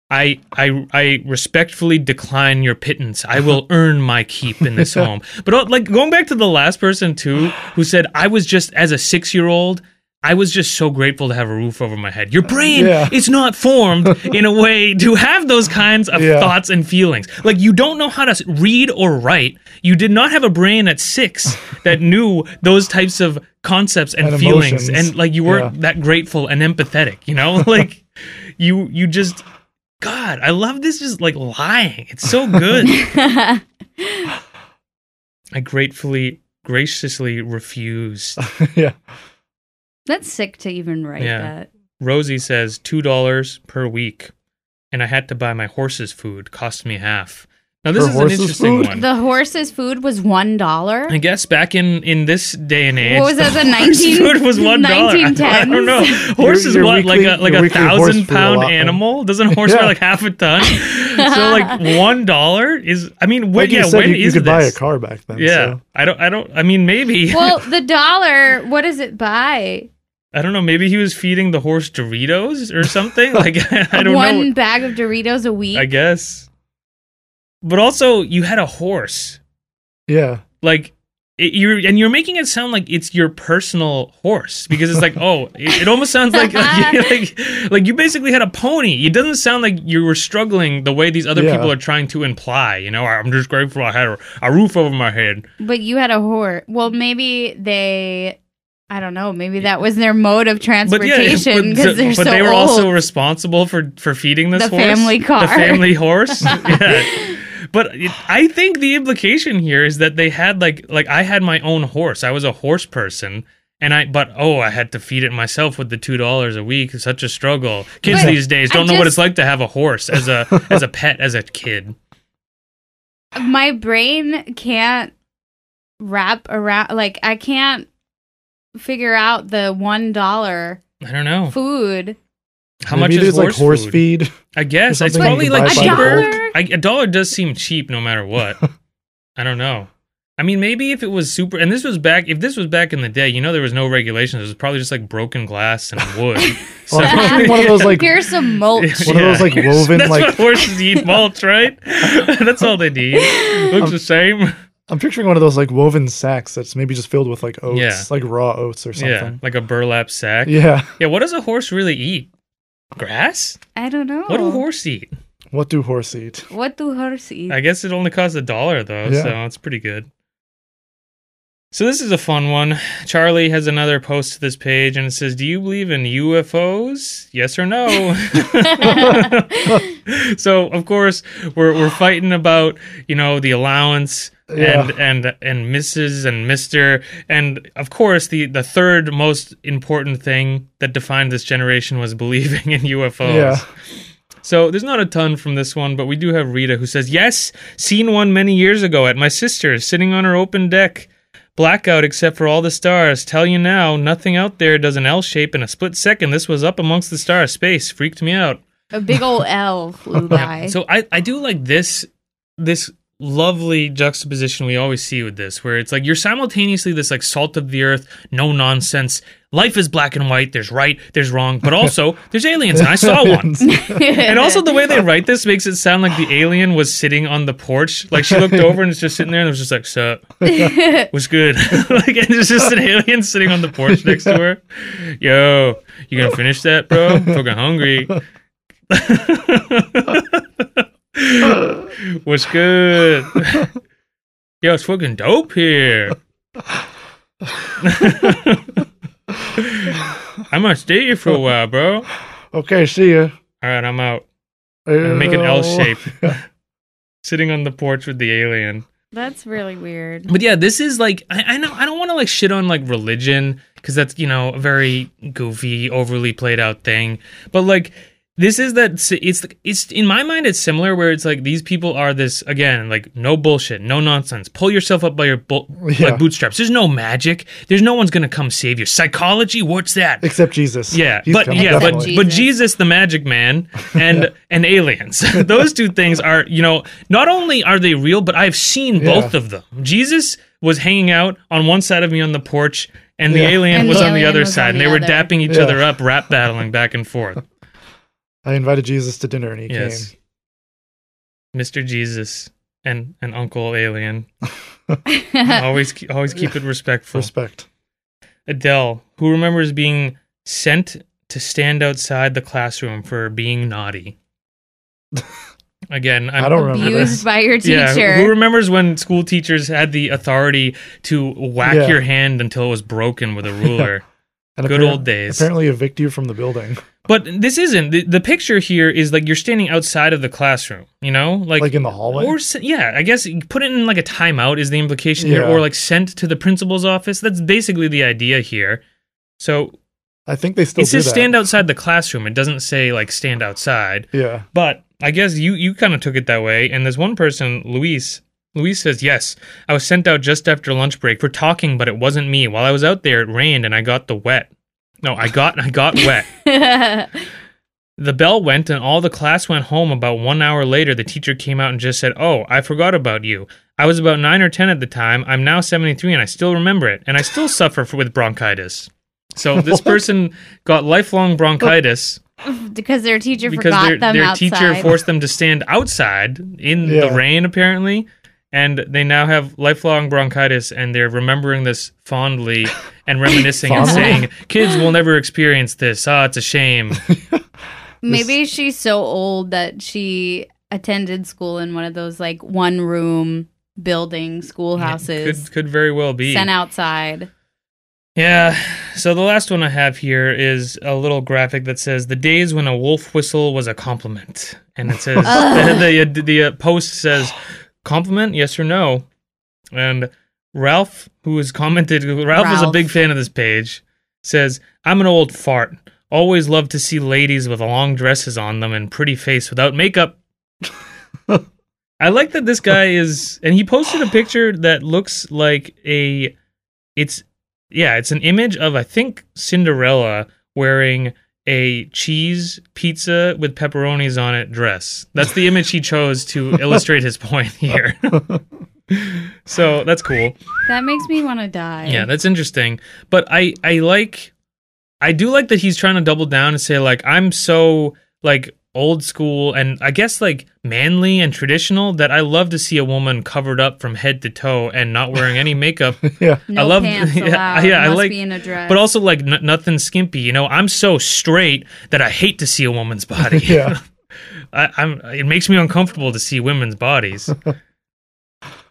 I, I, I respectfully decline your pittance. I will earn my keep in this home. But uh, like going back to the last person too, who said I was just as a six-year-old. I was just so grateful to have a roof over my head. Your brain
Yeah.
is not formed in a way to have those kinds of
Yeah.
thoughts and feelings. Like you don't know how to s- read or write. You did not have a brain at 6 that knew those types of concepts and,
And
feelings
emotions.
and like you weren't
Yeah.
that grateful and empathetic, you know? Like you you just God, I love this just like lying. It's so good. I gratefully graciously refused.
yeah.
That's sick to even write
Yeah.
that.
Rosie says two dollars per week, and I had to buy my horse's food. Cost me half. Now this
Her
is an
horse's
interesting
food?
one.
The horse's food was one dollar.
I guess back in in this day and age,
What was that? The
horse
nineteen
food was one dollar. I, I don't know. Horse is
your
what
weekly-
like a like
your
a
weekly horse
thousand
food
pound
allotment.
animal. Doesn't a horse
Yeah.
weigh like half a ton? so like one dollar is. I mean, when,
Like you
yeah,
said,
when
you, you
is
could
this?
buy a car back then.
Yeah,
so.
I don't. I don't. I mean, maybe.
Well, the dollar. What does it buy?
I don't know. Maybe he was feeding the horse Doritos or something. Like I don't know.
One bag of Doritos a week.
I guess. But also, you had a horse,
Yeah.
like it, you're, and you're making it sound like it's your personal horse because it's like, oh, it, it almost sounds like like, like like you basically had a pony. It doesn't sound like you were struggling the way these other
Yeah.
people are trying to imply. You know, I'm just grateful I had a, a roof over my head.
But you had a horse. Well, maybe they. I don't know. Maybe that was their mode of
But yeah, it-
transportation
but,
because they're
but
so
they were
old.
also responsible for for feeding this
The
horse,
family car.
the family horse. yeah. But it, I think the implication here is that they had like like I had my own horse. I was a horse person. And I, but oh, I had to feed it myself with the two dollars a week. Such a struggle. Kids
But
these days
I
don't know what
just-
it's like to have a horse as a as a pet as a kid.
my brain can't wrap around like i can't figure out the one dollar
I don't know
food
how
Maybe
much is
there's
horse,
like horse
food?
feed.
I guess
or
it's
something
probably
you can
like
buy by
cheaper.
the bulk.
I, a dollar does seem cheap no matter what. I don't know. I mean, maybe if it was super, and this was back, if this was back in the day, you know, there was no regulations. It was probably just like broken glass and wood. So-
Well, it's probably one of those like
here's some mulch
One of those, like, woven,
That's
like-
what horses eat mulch, right? That's all they need. Looks the same.
I'm picturing one of those like woven sacks that's maybe just filled with like oats,
Yeah.
like raw oats or
Yeah,
something.
like a burlap sack. Yeah.
Yeah.
what does a horse really eat? Grass?
I don't know.
What do horse eat?
What do horse eat?
What do horse eat?
I guess it only costs a dollar though,
Yeah.
so it's pretty good. So this is a fun one. Charlie has another post to this page and it says, "Do you believe in UFOs? Yes or no?" so, of course, we're we're fighting about, you know, the allowance
Yeah.
and and and Mrs. and Mister and of course the the third most important thing that defined this generation was believing in UFOs.
Yeah.
So there's not a ton from this one, but we do have Rita who says, "Yes, seen one many years ago at my sister's, sitting on her open deck." Blackout except for all the stars. Tell you now, nothing out there does an L shape in a split second. This was up amongst the stars. Space freaked me out.
A big old L flew by.
So I, I do like this this lovely juxtaposition we always see with this, where it's like you're simultaneously this like salt of the earth, no nonsense. Life is black and white. There's right, there's wrong, but also there's aliens, and I saw one. And also the way they write this makes it sound like the alien was sitting on the porch. Like she looked over and was just sitting there and was just like, sup, what's good? like and it's just an alien sitting on the porch next to her. Yo, you gonna finish that, bro? I'm fucking hungry. What's good? Yo, it's fucking dope here. I might stay here for a while, bro. All
Okay, see ya. Oh.
right, I'm out. And make an L shape. Sitting on the porch with the alien.
That's really weird.
But yeah, this is like I, I know I don't want to like shit on like religion because that's you know a very goofy, overly played out thing. But like this is that s- it's it's in my mind it's similar where it's like these people are this again like no bullshit, no nonsense. Pull yourself up by your bull
Yeah.
like bootstraps. There's no magic. There's no one's gonna come save you. Psychology, what's that?
Except Jesus.
Yeah,
He's
but
coming,
yeah, but
definitely.
but
Jesus.
Jesus the Magic Man and and aliens. Those two things are, you know, not only are they real, but I've seen
Yeah.
both of them. Jesus was hanging out on one side of me on the porch and the
Yeah.
alien
And
was
the
on the
alien
other
was
side
on
and they
the
were
other.
dapping each
Yeah.
other up, rap battling back and forth.
I invited Jesus to dinner and he
yes.
came.
Mr. Jesus and and Uncle Alien. always ke- always keep it respectful.
Respect.
Adele, who remembers being sent to stand outside the classroom for being naughty. Again, I'm,
I don't remember this.
Abused by your
Yeah,
teacher.
who remembers when school teachers had the authority to whack
Yeah.
your hand until it was broken with a ruler?
And
Good
appar-
old days.
Apparently evict you from the building.
But this isn't the, the picture here. Is like you're standing outside of the classroom, you know, like,
Like, in the hallway.
or s- yeah, I guess you put it in like a timeout is the implication here,
Yeah.
or like sent to the principal's office. That's basically the idea here. So
I think they still
it
do
says
that.
stand outside the classroom. It doesn't say like stand outside.
Yeah.
But I guess you you kind of took it that way. And there's one person, Luis. Luis says, "Yes, I was sent out just after lunch break for talking, but it wasn't me. While I was out there, it rained and I got the wet. No, I got I got wet. The bell went and all the class went home. About one hour later, the teacher came out and just said, Oh, I forgot about you. I was about nine or 10 at the time. I'm now 73 and I still remember it. And I still suffer for, with bronchitis. So this person got lifelong bronchitis
because their teacher
because
forgot
their,
them
their
outside.
teacher forced them to stand outside in the
Yeah.
rain, apparently. And they now have lifelong bronchitis and they're remembering this fondly and reminiscing and
Fondly?
saying, Kids will never experience this. Ah, it's a shame.
Maybe she's so old that she attended school in one of those like one room building schoolhouses
Could, could very well be.
sent outside.
Yeah. So the last one I have here is a little graphic that says the days when a wolf whistle was a compliment, and it says
Ugh.
the the, the, uh, post says compliment yes or no, and Ralph who has commented Ralph, is a
Ralph.
big fan of this page says I'm an old fart. Always love to see ladies with long dresses on them and pretty face without makeup. I like that this guy is, and he posted a picture that looks like a, it's, yeah, it's an image of I think Cinderella wearing a cheese pizza with pepperonis on it dress. That's the image he chose to illustrate his point here. so that's cool.
That makes me want to die.
Yeah, that's interesting. But I I like I do like that he's trying to double down and say like I'm so like old school and I guess like manly and traditional that I love to see a woman covered up from head to toe and not wearing any makeup.
yeah.
No
I love-
pants
yeah,
allowed.
yeah, I
Must
like-
be in a dress.
But also like n- nothing skimpy, you know. I'm so straight that I hate to see a woman's body.
Yeah.
I, I'm. It makes me uncomfortable to see women's bodies.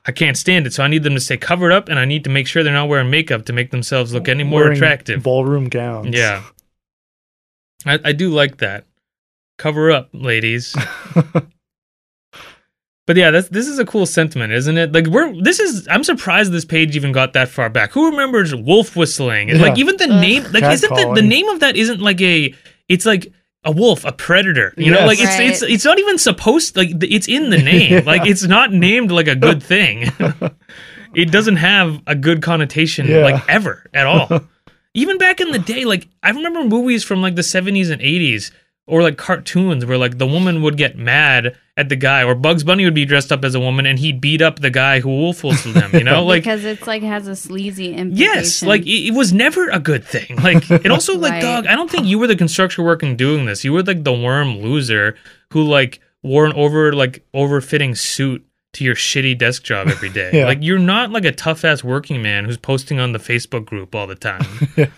I can't stand it, so I need them to stay covered up, and I need to make sure they're not wearing makeup to make themselves look any more
Wearing
attractive.
Ballroom gowns.
Yeah, I, I do like that. Cover up, ladies. But yeah, that's, this is a cool sentiment, isn't it? Like we're this is I'm surprised this page even got that far back. Who remembers wolf whistling? And, Like
Yeah.
even the
Ugh.
name like isn't the, the
Catcalling.
name of that isn't like a it's like a wolf, a predator. You know,
Yes.
like it's
Right.
it's it's not even supposed like th- it's in the name.
Yeah.
Like it's not named like a good thing. it doesn't have a good connotation
Yeah.
like ever at all. even back in the day, like I remember movies from like the 70s and 80s or like cartoons where like the woman would get mad at the guy or Bugs Bunny would be dressed up as a woman and he'd beat up the guy who wolf whistled him, you know? Like
because it's like has a sleazy implication.
yes, like e it, it was never a good thing. Like it also like
Right.
dog, I don't think you were the construction worker doing this. You were like the worm loser who like wore an over like overfitting suit to your shitty desk job every day.
Yeah.
Like you're not like a tough ass working man who's posting on the Facebook group all the time.
yeah.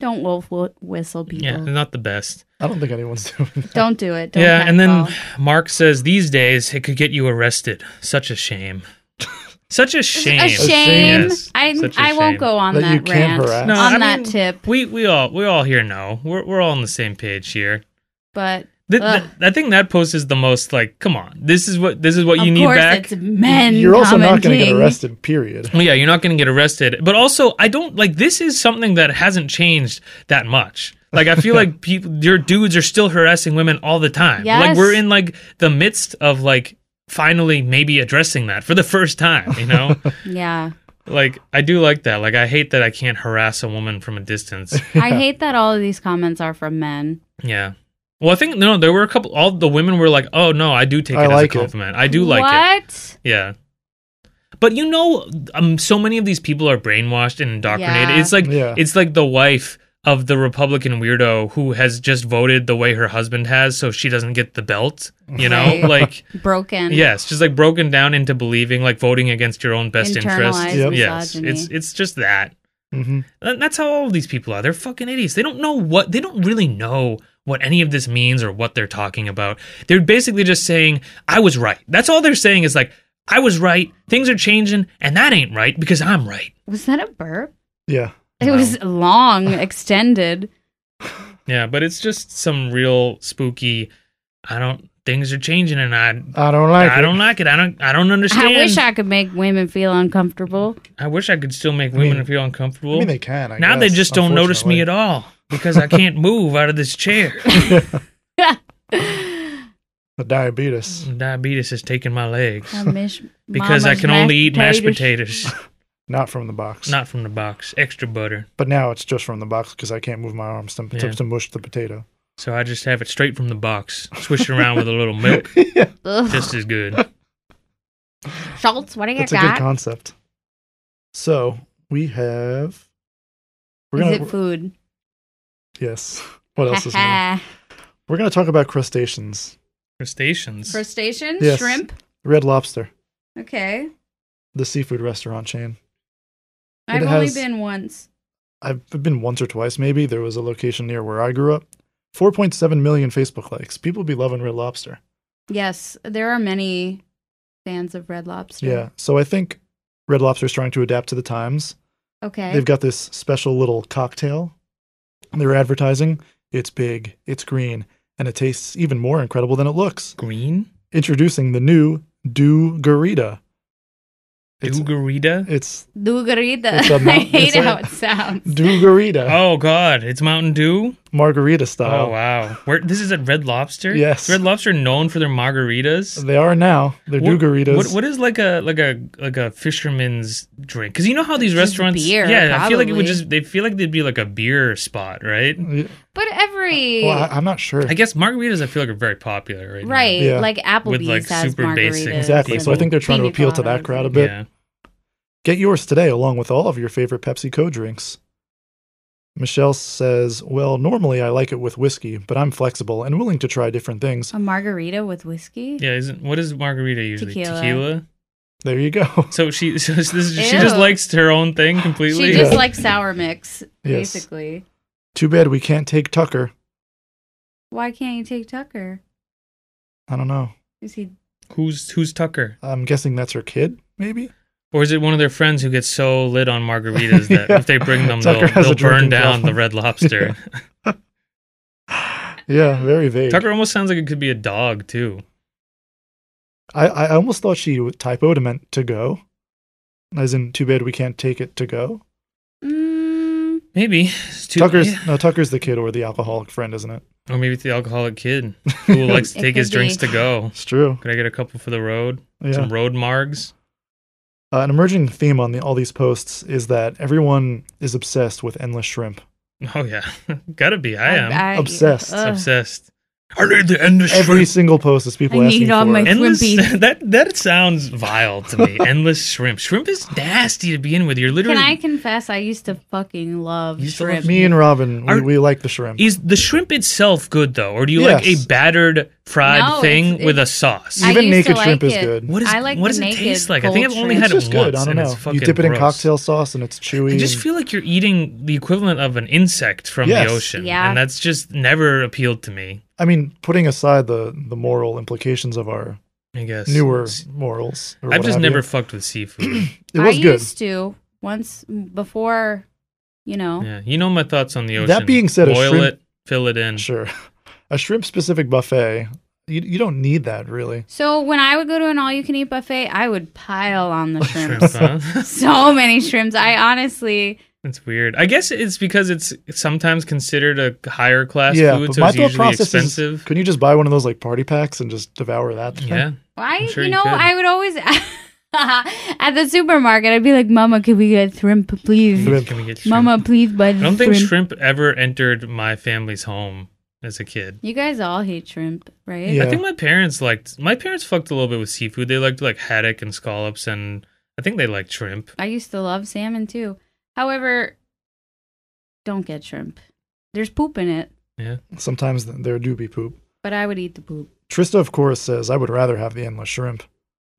don't wolf wh- whistle people.
yeah, not the best.
I don't think anyone's doing that.
Don't do it. Don't
yeah, and then
catcall.
Mark says these days it could get you arrested. Such a shame. Such a shame.
a shame.
Yes,
I
such a
I
shame.
won't go on
That
that,
you can't
rant
harass.
No,
on
I
that
mean-
tip,
We we all we all here know. We're we're all on the same page here.
but
Th-
Ugh.
th- I think that post is the most like, come on, this is what this is what
of
you need
course
back.
it's men.
You're also not going to get
commenting.
arrested, period.
Well, yeah, you're not going to get arrested. But also, I don't like this is something that hasn't changed that much. Like I feel like people, your dudes are still harassing women all the time. Like
Yes.
we're in like the midst of like finally maybe addressing that for the first time. You know,
Yeah,
like I do like that. Like I hate that I can't harass a woman from a distance.
I hate that all of these comments are from men.
Yeah. Well, I think no, there were a couple. All the women were like, "Oh no, I do take it
I
as a
like it."
compliment. I do like it."
what?
Yeah. But you know, um, so many of these people are brainwashed and indoctrinated.
Yeah.
It's like
Yeah.
it's like the wife of the Republican weirdo who has just voted the way her husband has, so she doesn't get the belt. You know,
Right.
like
Broken.
yes, just like broken down into believing like voting against your own best interests.
Internalized
Yep.
Yes,
misogyny.
it's it's just that.
hmm
And That's how all of these people are. They're fucking idiots. They don't know what they don't really know what any of this means or what they're talking about. They're basically just saying, I was right. That's all they're saying is like, I was right, things are changing, and that ain't right because I'm right.
was that a burp?
Yeah.
It
No.
was long, extended.
Yeah, but it's just some real spooky I don't things are changing and I
I don't like
I
it.
don't like it. I don't I don't understand.
I wish I could make women feel uncomfortable.
I wish I could still make
mean-
women feel uncomfortable.
I mean, they can. I
now they
guess,
just don't notice me at
unfortunately.
all because I can't move out of this chair.
The
Mm-hmm.
diabetes.
Diabetes is taking my legs.
I miss
because I
Um, Mama's
can only eat mashed
potatoes.
potatoes,
Not from the box.
not from the box. Extra butter,
But now it's just from the box because I can't move my arms to,
Yeah.
to, to mush the potato.
so I just have it straight from the box, swish it around with a little milk,
yeah.
Ugh.
just as good.
Schultz, what do you
That's a good
got?
concept. So we have. We're
Is
gonna,
it food?
yes. What else is new? We're going to talk about crustaceans.
Crustaceans.
Crustacean?
Yes.
Shrimp?
Red Lobster,
Okay.
the seafood restaurant chain.
I've
It
only
has-
been once.
I've been once or twice, maybe. There was a location near where I grew up. 4.7 million Facebook likes. People be loving Red Lobster.
Yes, there are many fans of Red Lobster.
Yeah. So I think Red Lobster's trying to adapt to the times.
Okay.
They've got this special little cocktail they're advertising. It's big, it's green, and it tastes even more incredible than it looks.
Green
Introducing the new Do Garita. It's,
Dugarita.
it's
Lugarita.
It's a
I
mountain-
hate
it's a-
how it sounds.
Do Garita,
Oh God, it's Mountain Dew.
margarita style.
Oh wow, Where, this is at Red Lobster.
Yes.
Red Lobster known for their margaritas.
They are now. They're Do
What-
Garitas.
What, what is like a like a like a fisherman's drink? Because you know how these
Just
restaurants,
beer,
yeah, I feel like it would
probably.
just they feel like they'd be like a beer spot, right?
But every
Uh, Well, I, I'm not sure.
I guess margaritas I feel like are very popular right, now.
right,
Yeah.
like Applebee's
like,
has
super basic
margaritas.
Exactly. So I
people-
think they're trying to
Pina
appeal to that
coladas.
crowd a bit.
Yeah.
Get yours today along with all of your favorite PepsiCo drinks. Michelle says, Well, normally I like it with whiskey, but I'm flexible and willing to try different things.
A margarita with whiskey?
Yeah, isn't what is margarita usually?
Tequila.
There you go.
So she so this, is- she just
Ew.
likes her own thing completely.
She just likes sour mix,
Yes.
basically.
Too bad we can't take Tucker.
Why can't you take Tucker?
I don't know.
Is he
who's who's Tucker?
I'm guessing that's her kid, maybe?
Or is it one of their friends who gets so lit on margaritas that
Yeah.
if they bring them,
Tucker
they'll,
has a
they'll burn
drinking
down
problem.
the Red Lobster?
Yeah, very vague.
Tucker almost sounds like it could be a dog too.
I, I almost thought she typoed and meant to go, as in, too bad we can't take it to go.
mm,
Maybe It's too-
Tucker's
yeah.
no, Tucker's the kid or the alcoholic friend, isn't it?
or maybe it's the alcoholic kid who likes to
It
take his
could
drinks
be.
to go.
It's true.
Could I get a couple for the road?
Yeah.
Some road margs.
Uh, an emerging theme on the, all these posts is that everyone is obsessed with endless shrimp.
Oh yeah, gotta be. I am
Obsessed.
ugh.
obsessed. I need the end of
Every single post is people
I
asking
need all
for
my-
it.
endless.
Shrimpy.
That that sounds vile to me. endless shrimp. Shrimp is nasty to begin with. You're
Can
literally
I confess? I used to fucking love
You used to love
shrimp.
Me and Robin, we,
Are-
we like the shrimp.
Is the shrimp itself good though, or do you like
Yes.
a battered fried
No,
thing
it's-
with a
it's-
sauce?
I
Even
used to
naked
like
shrimp is
it.
good.
What is
I like
what
the
does it
naked
taste like? I think I've
cold
only
shrimp.
had
It's
it
just good.
once,
I don't
and it's
know.
fucking
You dip it in
gross.
cocktail sauce and it's chewy.
I just
and-
feel like you're eating the equivalent of an insect from
Yes.
the ocean,
Yeah.
and that's just never appealed to me.
I mean, putting aside the the moral implications of our
I guess
newer
S-
morals. or
I've
what
just
have
never
you.
fucked with seafood.
It was
I
good.
used to once mm, before, you know.
yeah, you know my thoughts on the ocean.
That being said, a
boil
shrimp-
it, fill it in.
Sure. A shrimp specific buffet, you, you don't need that really.
So when I would go to an all-you-can-eat buffet, I would pile on the
Shrimp,
shrimps.
huh?
so many shrimps. I honestly,
That's weird. I guess it's because it's sometimes considered a higher class
yeah,
food,
but
so
my
it's
thought
usually
process
expensive.
is couldn't you just buy one of those like party packs and just devour that? thing?
yeah.
I
I'm sure
you
you
know
could.
I would always at the supermarket. I'd be like, "Mama, can we get shrimp, please?
Shrimp.
Can we get shrimp?
Mama, please buy the
I don't think
shrimp."
shrimp ever entered my family's home as a kid.
You guys all hate shrimp, right?
Yeah.
I think my parents liked my parents fucked a little bit with seafood. They liked like haddock and scallops and I think they liked shrimp.
I used to love salmon too. However, don't get shrimp. There's poop in it,
Sometimes th- there do be poop.
but I would eat the poop.
Trista, of course, says I would rather have the endless shrimp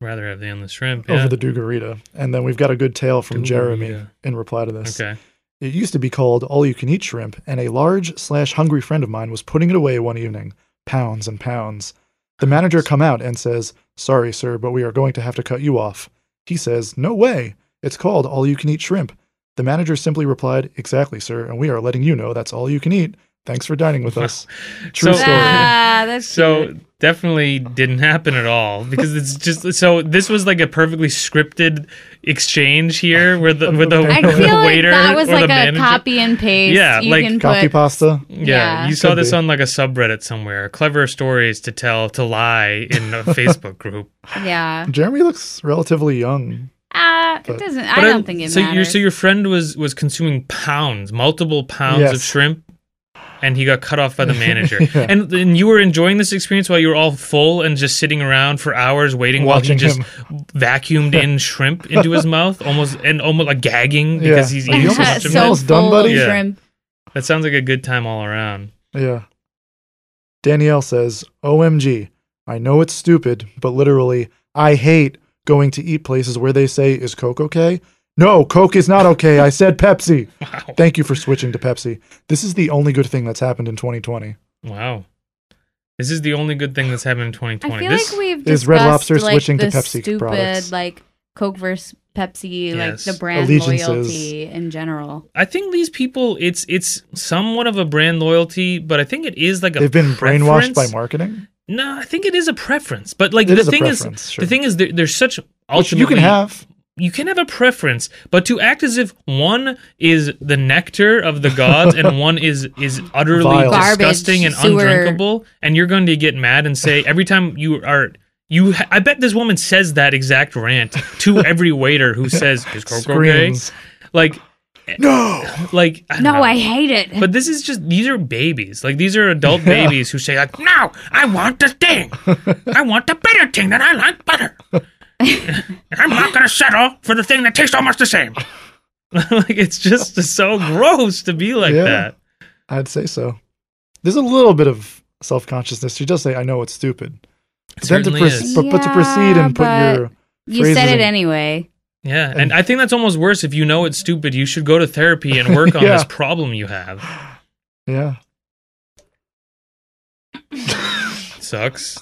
Rather have the endless shrimp. Yeah.
over the Dugarita. And then we've got a good tale from Jeremy
Dugarita.
in reply to this.
okay.
It used to be called All You Can Eat Shrimp, and a large slash hungry friend of mine was putting it away one evening, pounds and pounds. The manager come out and says, Sorry, sir, but we are going to have to cut you off. He says, No way. It's called All You Can Eat Shrimp. The manager simply replied, Exactly, sir, and we are letting you know that's all you can eat. Thanks for dining with us. True
So-
story.
Ah, that's
So
cute.
definitely didn't happen at all because it's just so this was like a perfectly scripted exchange here with the with the,
I
with
feel
the
like
waiter
that was
or
like
the
a
manager.
copy and paste.
Yeah,
you
like
can
Copy
put,
pasta?
Yeah,
Yeah.
you saw
Could
this
be.
on like a subreddit somewhere. Clever stories to tell to lie in a Facebook group.
Yeah,
Jeremy looks relatively young.
ah,
But-
it doesn't. I don't think it
so Your,
matters.
so your friend was was consuming pounds, multiple pounds of
Yes.
shrimp, and he got cut off by the manager.
Yeah.
And and you were enjoying this experience while you were all full and just sitting around for hours waiting
Watching
while he just vacuumed in shrimp into his mouth, almost and almost like gagging because
Yeah.
he's eating so
almost-
much of
so
it.
almost done,
full
buddy?
of
Yeah.
shrimp.
That sounds like a good time all around.
Yeah. Danielle says, OMG, I know it's stupid, but literally, I hate going to eat places where they say, is Coke okay? No, Coke is not okay. I said Pepsi.
Wow.
Thank you for switching to Pepsi. This is the only good thing that's happened in 2020.
Wow. This is the only good thing that's happened in 2020.
I feel
this,
like we've
Is
discussed
Red Lobster
like,
switching to
the
Pepsi
stupid,
products?
like Coke versus Pepsi,
Yes.
like the brand
Allegiances.
loyalty in general.
I think these people, it's it's somewhat of a brand loyalty, but I think it is like a
They've been brainwashed by
preference.
marketing.
No, I think it is a preference, but like
It
the
is a
thing is,
preference, sure.
the thing is, there, there's such
Which
ultimately
you can have.
you can have a preference, but to act as if one is the nectar of the gods and one is is utterly
Vile.
Garbage,
disgusting and
sewer.
undrinkable, and you're going to get mad and say every time you are. You, ha- I bet this woman says that exact rant to every waiter who says, "Is Coke okay?"
Screams.
Like,
No.
like I don't
No,
know.
I hate it.
But this is just these are babies. Like these are adult
Yeah.
babies who say like, "No, I want the thing. I want the better thing that I like better. And I'm not gonna settle for the thing that tastes almost the same." like it's just so gross to be like
Yeah.
that.
I'd say so. There's a little bit of self consciousness. She does say, "I know it's stupid,"
It
then to
certainly
proce-
is.
but, but to proceed
Yeah,
and put
but-
your
You
Phrases
said it
and-
anyway.
Yeah, and,
And-
I think that's almost worse if you know it's stupid. You should go to therapy and work on
Yeah.
this problem you have.
yeah.
Sucks.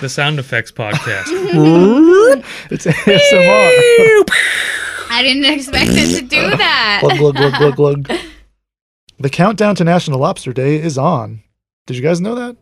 the sound effects podcast.
it's ASMR.
I didn't expect it to do that.
glug glug glug glug glug. The countdown to National Lobster Day is on. Did you guys know that?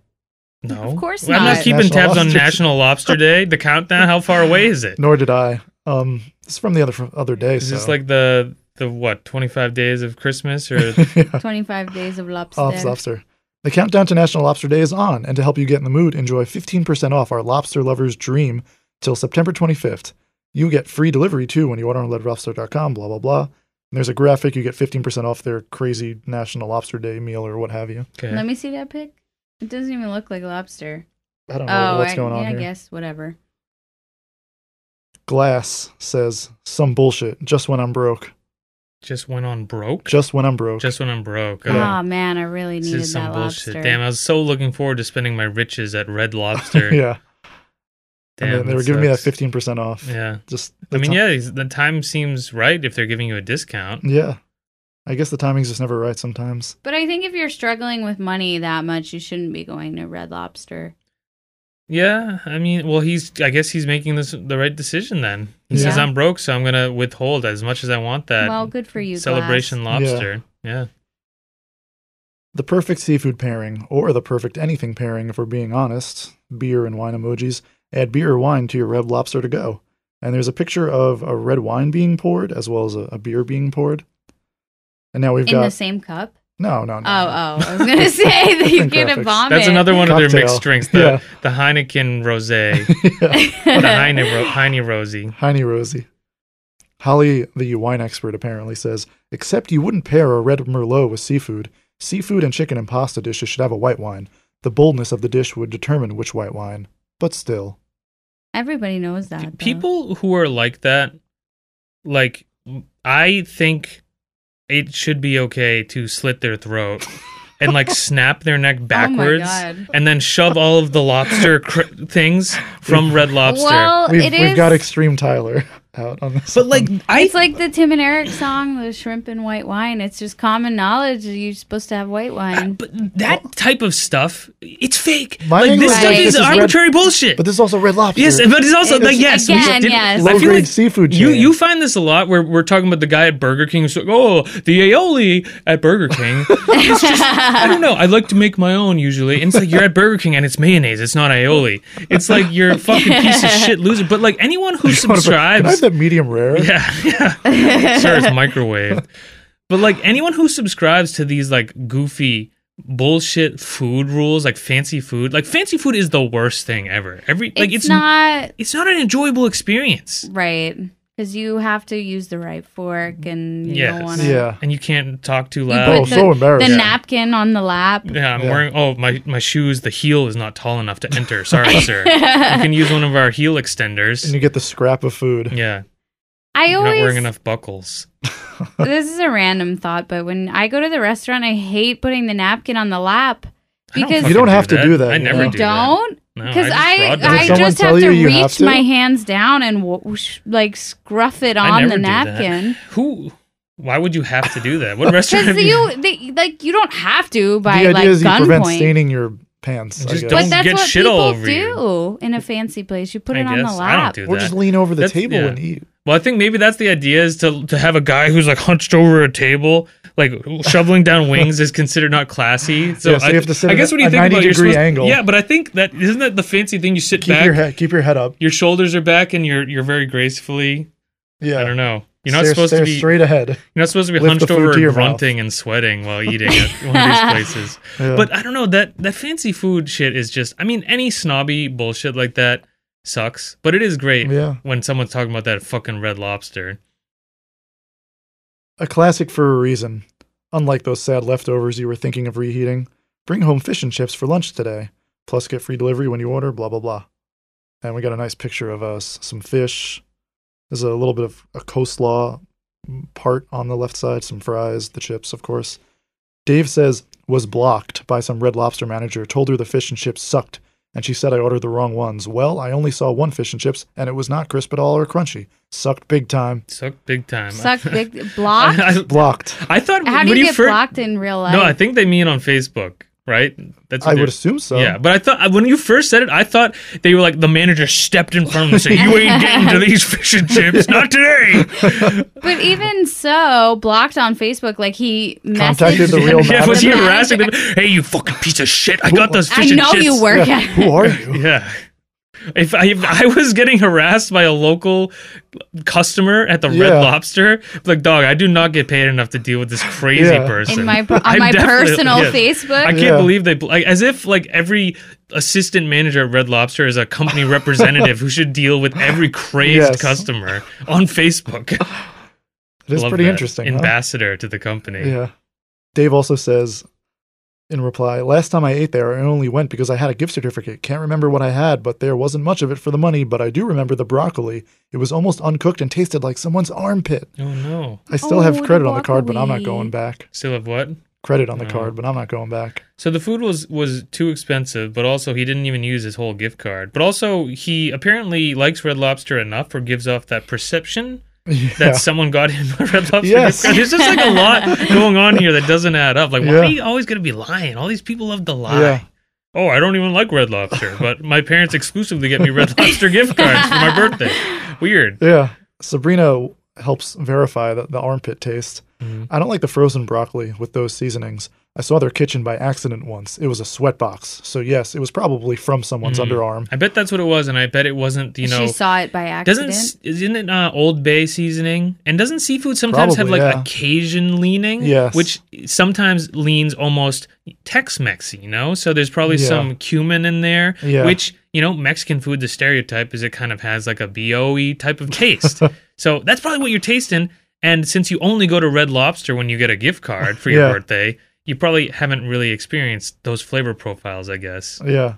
No,
Of course
I'm not
not.
keeping
National
tabs on
Lobster-
National Lobster Day. The countdown. How far away is it?
Nor did I. Um, this is from the other fr- other day.
Is
so.
this like the the what 25 days of Christmas or
yeah,
25 days of lobster.
off lobster? The countdown to National Lobster Day is on, and to help you get in the mood, enjoy 15% off our lobster lover's dream till September 25th. You get free delivery too when you order on leadlobster.com. Blah blah blah. And there's a graphic. You get 15% off their crazy National Lobster Day meal or what have you.
okay.
Let me see that pic. It doesn't even look like lobster.
I don't know
Oh,
what's
I,
going on
yeah,
here.
I guess whatever.
Glass says some bullshit. Just when I'm broke.
just went on broke?
Just when I'm broke.
Just when I'm broke. Oh,
Yeah.
Oh man, I really
this
needed
is some
that
bullshit.
lobster.
Damn, I was so looking forward to spending my riches at Red Lobster.
yeah.
Damn,
and they, they
that
were giving me that
sucks.
15% off.
Yeah.
Just
I
the
mean,
ti-
yeah, the time seems right if they're giving you a discount.
Yeah. I guess the timing's just never right sometimes.
But I think if you're struggling with money that much, you shouldn't be going to Red Lobster.
Yeah, I mean, well, he's I guess he's making this the right decision then. He says
Yeah.
I'm broke, so I'm gonna withhold as much as I want that
well, good for you. Glass.
celebration
Glass.
lobster. Yeah.
The perfect seafood pairing, or the perfect anything pairing, if we're being honest, beer and wine emojis, add beer or wine to your red lobster to go. And there's a picture of a red wine being poured as well as a, a beer being poured. And now we've
in
got
the same cup.
no, no, no.
Oh, oh!
no.
I was gonna say that you're
Think
gonna
graphics.
vomit.
That's another one of their
Cocktail.
mixed drinks. The
Yeah.
the Heineken Rosé,
yeah.
the Heine, Ro- Heine Rosie.
Heiny Rosie. Holly, the wine expert, apparently says, except you wouldn't pair a red merlot with seafood. Seafood and chicken and pasta dishes should have a white wine. The boldness of the dish would determine which white wine. But still,
Everybody knows that. though.
People who are like that, like I think it should be okay to slit their throat and like snap their neck backwards.
Oh my god.
and then shove all of the lobster cr- things from Red Lobster.
Well,
we've,
it
we've
is-
got Extreme Tyler out on this.
but like
one.
I,
it's like the Tim and Eric song, the shrimp and white wine. It's just common knowledge that you're supposed to have white wine.
but that type of stuff, it's fake.
My
like
angle
this
is
stuff
that
is
this
is red-
arbitrary bullshit.
but this is also red lobster.
yes, but it's also
It's-
like yes, we
again,
did-
yes.
I
low
feel
grade
like
seafood.
you
chain.
you find this a lot where we're talking about the guy at Burger King who's like, oh, the aioli at Burger King. It's just- I don't know. I like to make my own usually. And it's like you're at Burger King and it's mayonnaise. It's not aioli. It's like you're a fucking piece of shit loser. But like anyone who
What about- Can I
subscribes
have that medium rare?
Yeah, yeah. sure, it's microwave. But like anyone who subscribes to these like goofy bullshit food rules, like fancy food, like fancy food is the worst thing ever. Every like
it's,
it's,
not
it's not an enjoyable experience,
right because you have to use the right fork, and you
Yes.
don't want to.
Yeah.
and you can't talk too
You
loud.
Oh,
put the,
so embarrassing.
the napkin on the lap.
yeah, I'm
Yeah.
wearing. Oh, my my shoes. The heel is not tall enough to enter. Sorry, sir. You can use one of our heel
And
extenders.
you get the scrap of food.
Yeah,
I
you're not
always
wearing enough buckles.
this is a random thought, but when I go to the restaurant, I hate putting the napkin on the lap
I don't
because
fucking
You don't have to do that,
I
you
never
know?
you
do
don't. Because
Because
I,
Did
I,
someone
just
tell
have
you
to
you
reach
have to?
my hands down and whoosh, like scruff it
I
on
never
the
do that.
napkin.
Who? Why would you have to do that? What restaurant?
Because
have you-
you, they, like, you don't have to by
the idea
like
is you prevent
gunpoint.
staining your pants. I
Just
guess.
don't
But that's
get
what
shit
people
all over
do
you.
in a fancy place. You put
I
it on the
guess.
lap.
I don't do
or
that.
just lean over the
That's-
table
yeah.
and eat.
well, I think maybe that's the idea is to to have a guy who's like hunched over a table, like shoveling down wings is considered not classy. So,
Yeah, so
I,
you have to sit
I
at
guess
a-
when you
a
think about it, you're
90-degree
supposed-
angle.
Yeah, but I think that isn't that the fancy thing. You sit
Keep
back,
your
your,
head, keep your head up.
shoulders are back, and you're you're very gracefully.
Yeah,
I don't know. You're not
Stare-
supposed to
stare
be.
straight ahead.
You're not supposed to be
Lift the
hunched
food
over
to your
and
mouth.
grunting and sweating while eating at one of these places.
Yeah.
But I don't know that that fancy food shit is just. I mean, any snobby bullshit like that sucks. But it is great
Yeah.
when someone's talking about that fucking red lobster.
a classic for a reason. Unlike those sad leftovers you were thinking of reheating, bring home fish and chips for lunch today. Plus, get free delivery when you order. Blah blah blah. And we got a nice picture of us, some fish. There's a little bit of a coleslaw part on the left side, some fries, the chips, of course. Dave says, was blocked by some Red Lobster manager, told her the fish and chips sucked, and she said I ordered the wrong ones. Well, I only saw one fish and chips, and it was not crisp at all or crunchy. Sucked big time.
Sucked big time.
Suck big block.
I,
Blocked.
I thought.
How do
when
you get
fir-
blocked in real life?
No, I think they mean on Facebook, right? That's
I
they're-
would assume so.
Yeah, but I thought when you first said it, I thought they were like the manager stepped in front of them and said, "You ain't getting to these fish and chips, not today."
but even so, blocked on Facebook, like he messaged
Contacted the real
yeah, was he
manager.
harassing them? Hey, you fucking piece of shit! I got those
I
fish and
know
chips.
you work
Yeah,
at.
Who are you?
Yeah. If I, if I was getting harassed by a local customer at the
Yeah.
Red Lobster, like dog, I do not get paid enough to deal with this crazy
Yeah.
person
in my per- on
I
my
definitely-
personal
yes.
Facebook.
I can't
Yeah.
believe they like as if like every assistant manager at Red Lobster is a company representative who should deal with every crazed
Yes.
customer on Facebook.
It is
Love
pretty
that.
interesting. huh?
Ambassador to the company.
Yeah. Dave also says in reply, last time I ate there, I only went because I had a gift certificate. Can't remember what I had, but there wasn't much of it for the money, but I do remember the broccoli. It was almost uncooked and tasted like someone's armpit.
Oh no.
I still
Oh,
have
the
credit on the card, but I'm not
broccoli.
going back.
Still have what?
Credit on the
Oh.
card, but I'm not going back.
So the food was was too expensive, but also he didn't even use his whole gift card. But also he apparently likes Red Lobster enough or gives off that perception that
Yeah.
someone got him a Red Lobster.
Yes.
gift card. There's just like a lot going on here that doesn't add up. Like why
Yeah.
are you always gonna be lying? All these people love to lie.
Yeah.
Oh, I don't even like Red Lobster, but my parents exclusively get me Red Lobster gift cards for my birthday. Weird.
Yeah. Sabrina helps verify the, the armpit taste.
Mhm.
I don't like the frozen broccoli with those seasonings. I saw their kitchen by accident once. It was a sweatbox. So, yes, it was probably from someone's
Mhm.
underarm.
I bet that's what it was, and I bet it wasn't. You know,
she saw it by accident.
doesn't isn't it uh, Old Bay seasoning? And doesn't seafood sometimes
Probably,
have like
yeah.
a Cajun leaning?
Yes.
Which sometimes leans almost Tex-Mex. You know, so there's probably
Yeah.
some cumin in there,
Yeah.
which you know Mexican food. The stereotype is it kind of has like a boe type of taste. so that's probably what you're tasting. And since you only go to Red Lobster when you get a gift card for your
Yeah.
birthday, you probably haven't really experienced those flavor profiles, I guess.
Yeah.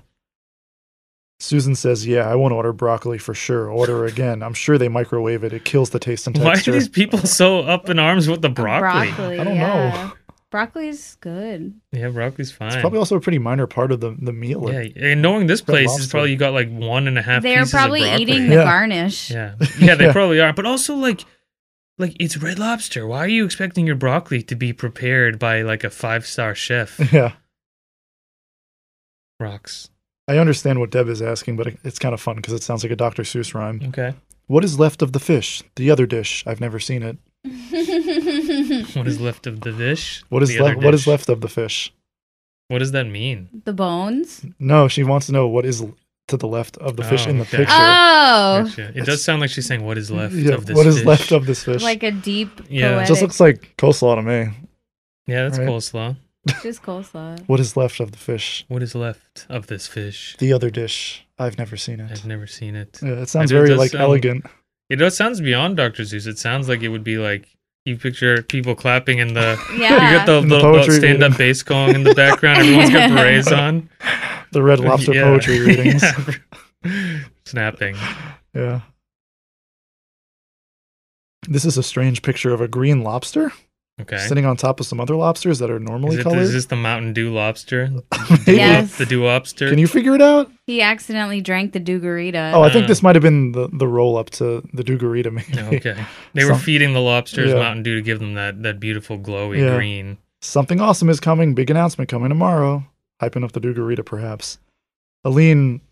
Susan says, Yeah, I won't order broccoli for sure. Order again. I'm sure they microwave it. It kills the taste and
Why are
texture.
these people so up in arms with the broccoli?
I don't
yeah.
know.
Broccoli's good.
Yeah, broccoli's fine.
It's probably also a pretty minor part of the, the meal.
yeah, and knowing this
Red
place is
Lobster.
probably you got like one and a half.
They're
pieces of
probably
broccoli.
eating the
Yeah.
garnish.
Yeah, yeah, they
Yeah.
probably are. But also, like, like it's Red Lobster. Why are you expecting your broccoli to be prepared by like a five star chef?
Yeah.
Rocks.
I understand what Deb is asking, but it- it's kind of fun because it sounds like a Dr. Seuss rhyme.
Okay.
What is left of the fish? The other dish. I've never seen it.
What is left of the dish?
What is
The other
left? What is
dish.
left of the fish?
What does that mean?
the bones.
No, she wants to know what is l- to the left of the fish
Oh,
in the
okay.
picture.
Oh,
Gotcha. It does sound like she's saying, "What is left
yeah,
of this?"
what is
dish?"
left of this fish?
like a deep
Yeah.
it
poetic.
just looks like coleslaw to me.
Yeah, that's
Right.
coleslaw.
just coleslaw.
What is left of the fish?
What is left of this fish?
The other dish. I've never seen it.
I've never seen it.
Yeah, it sounds
I know it
very
does
like
sound-
elegant.
It does, sounds beyond Dr. Zeus. It sounds like it would be like you picture people clapping in the. You
Yeah.
get the,
In the
little
poetry
stand up
reading.
bass going in the background. Everyone's got berets on.
The Red Lobster
Yeah.
poetry readings. yeah.
Yeah. Snapping.
This is a strange picture of a green lobster
Okay.
sitting on top of some other lobsters that are normally
Is, it,
colored.
is this the Mountain Dew lobster?
Maybe.
Yes.
The Dew lobster?
Can you figure it out?
he accidentally drank the Dugarita.
Oh, I think
Uh.
this might have been the, the roll up to the Dugarita. Maybe.
Okay. They were
Some-
feeding the lobsters
Yeah.
Mountain Dew to give them that, that beautiful glowy
Yeah.
green.
Something awesome is coming. Big announcement coming tomorrow. Hyping up the Dugarita, perhaps. Aline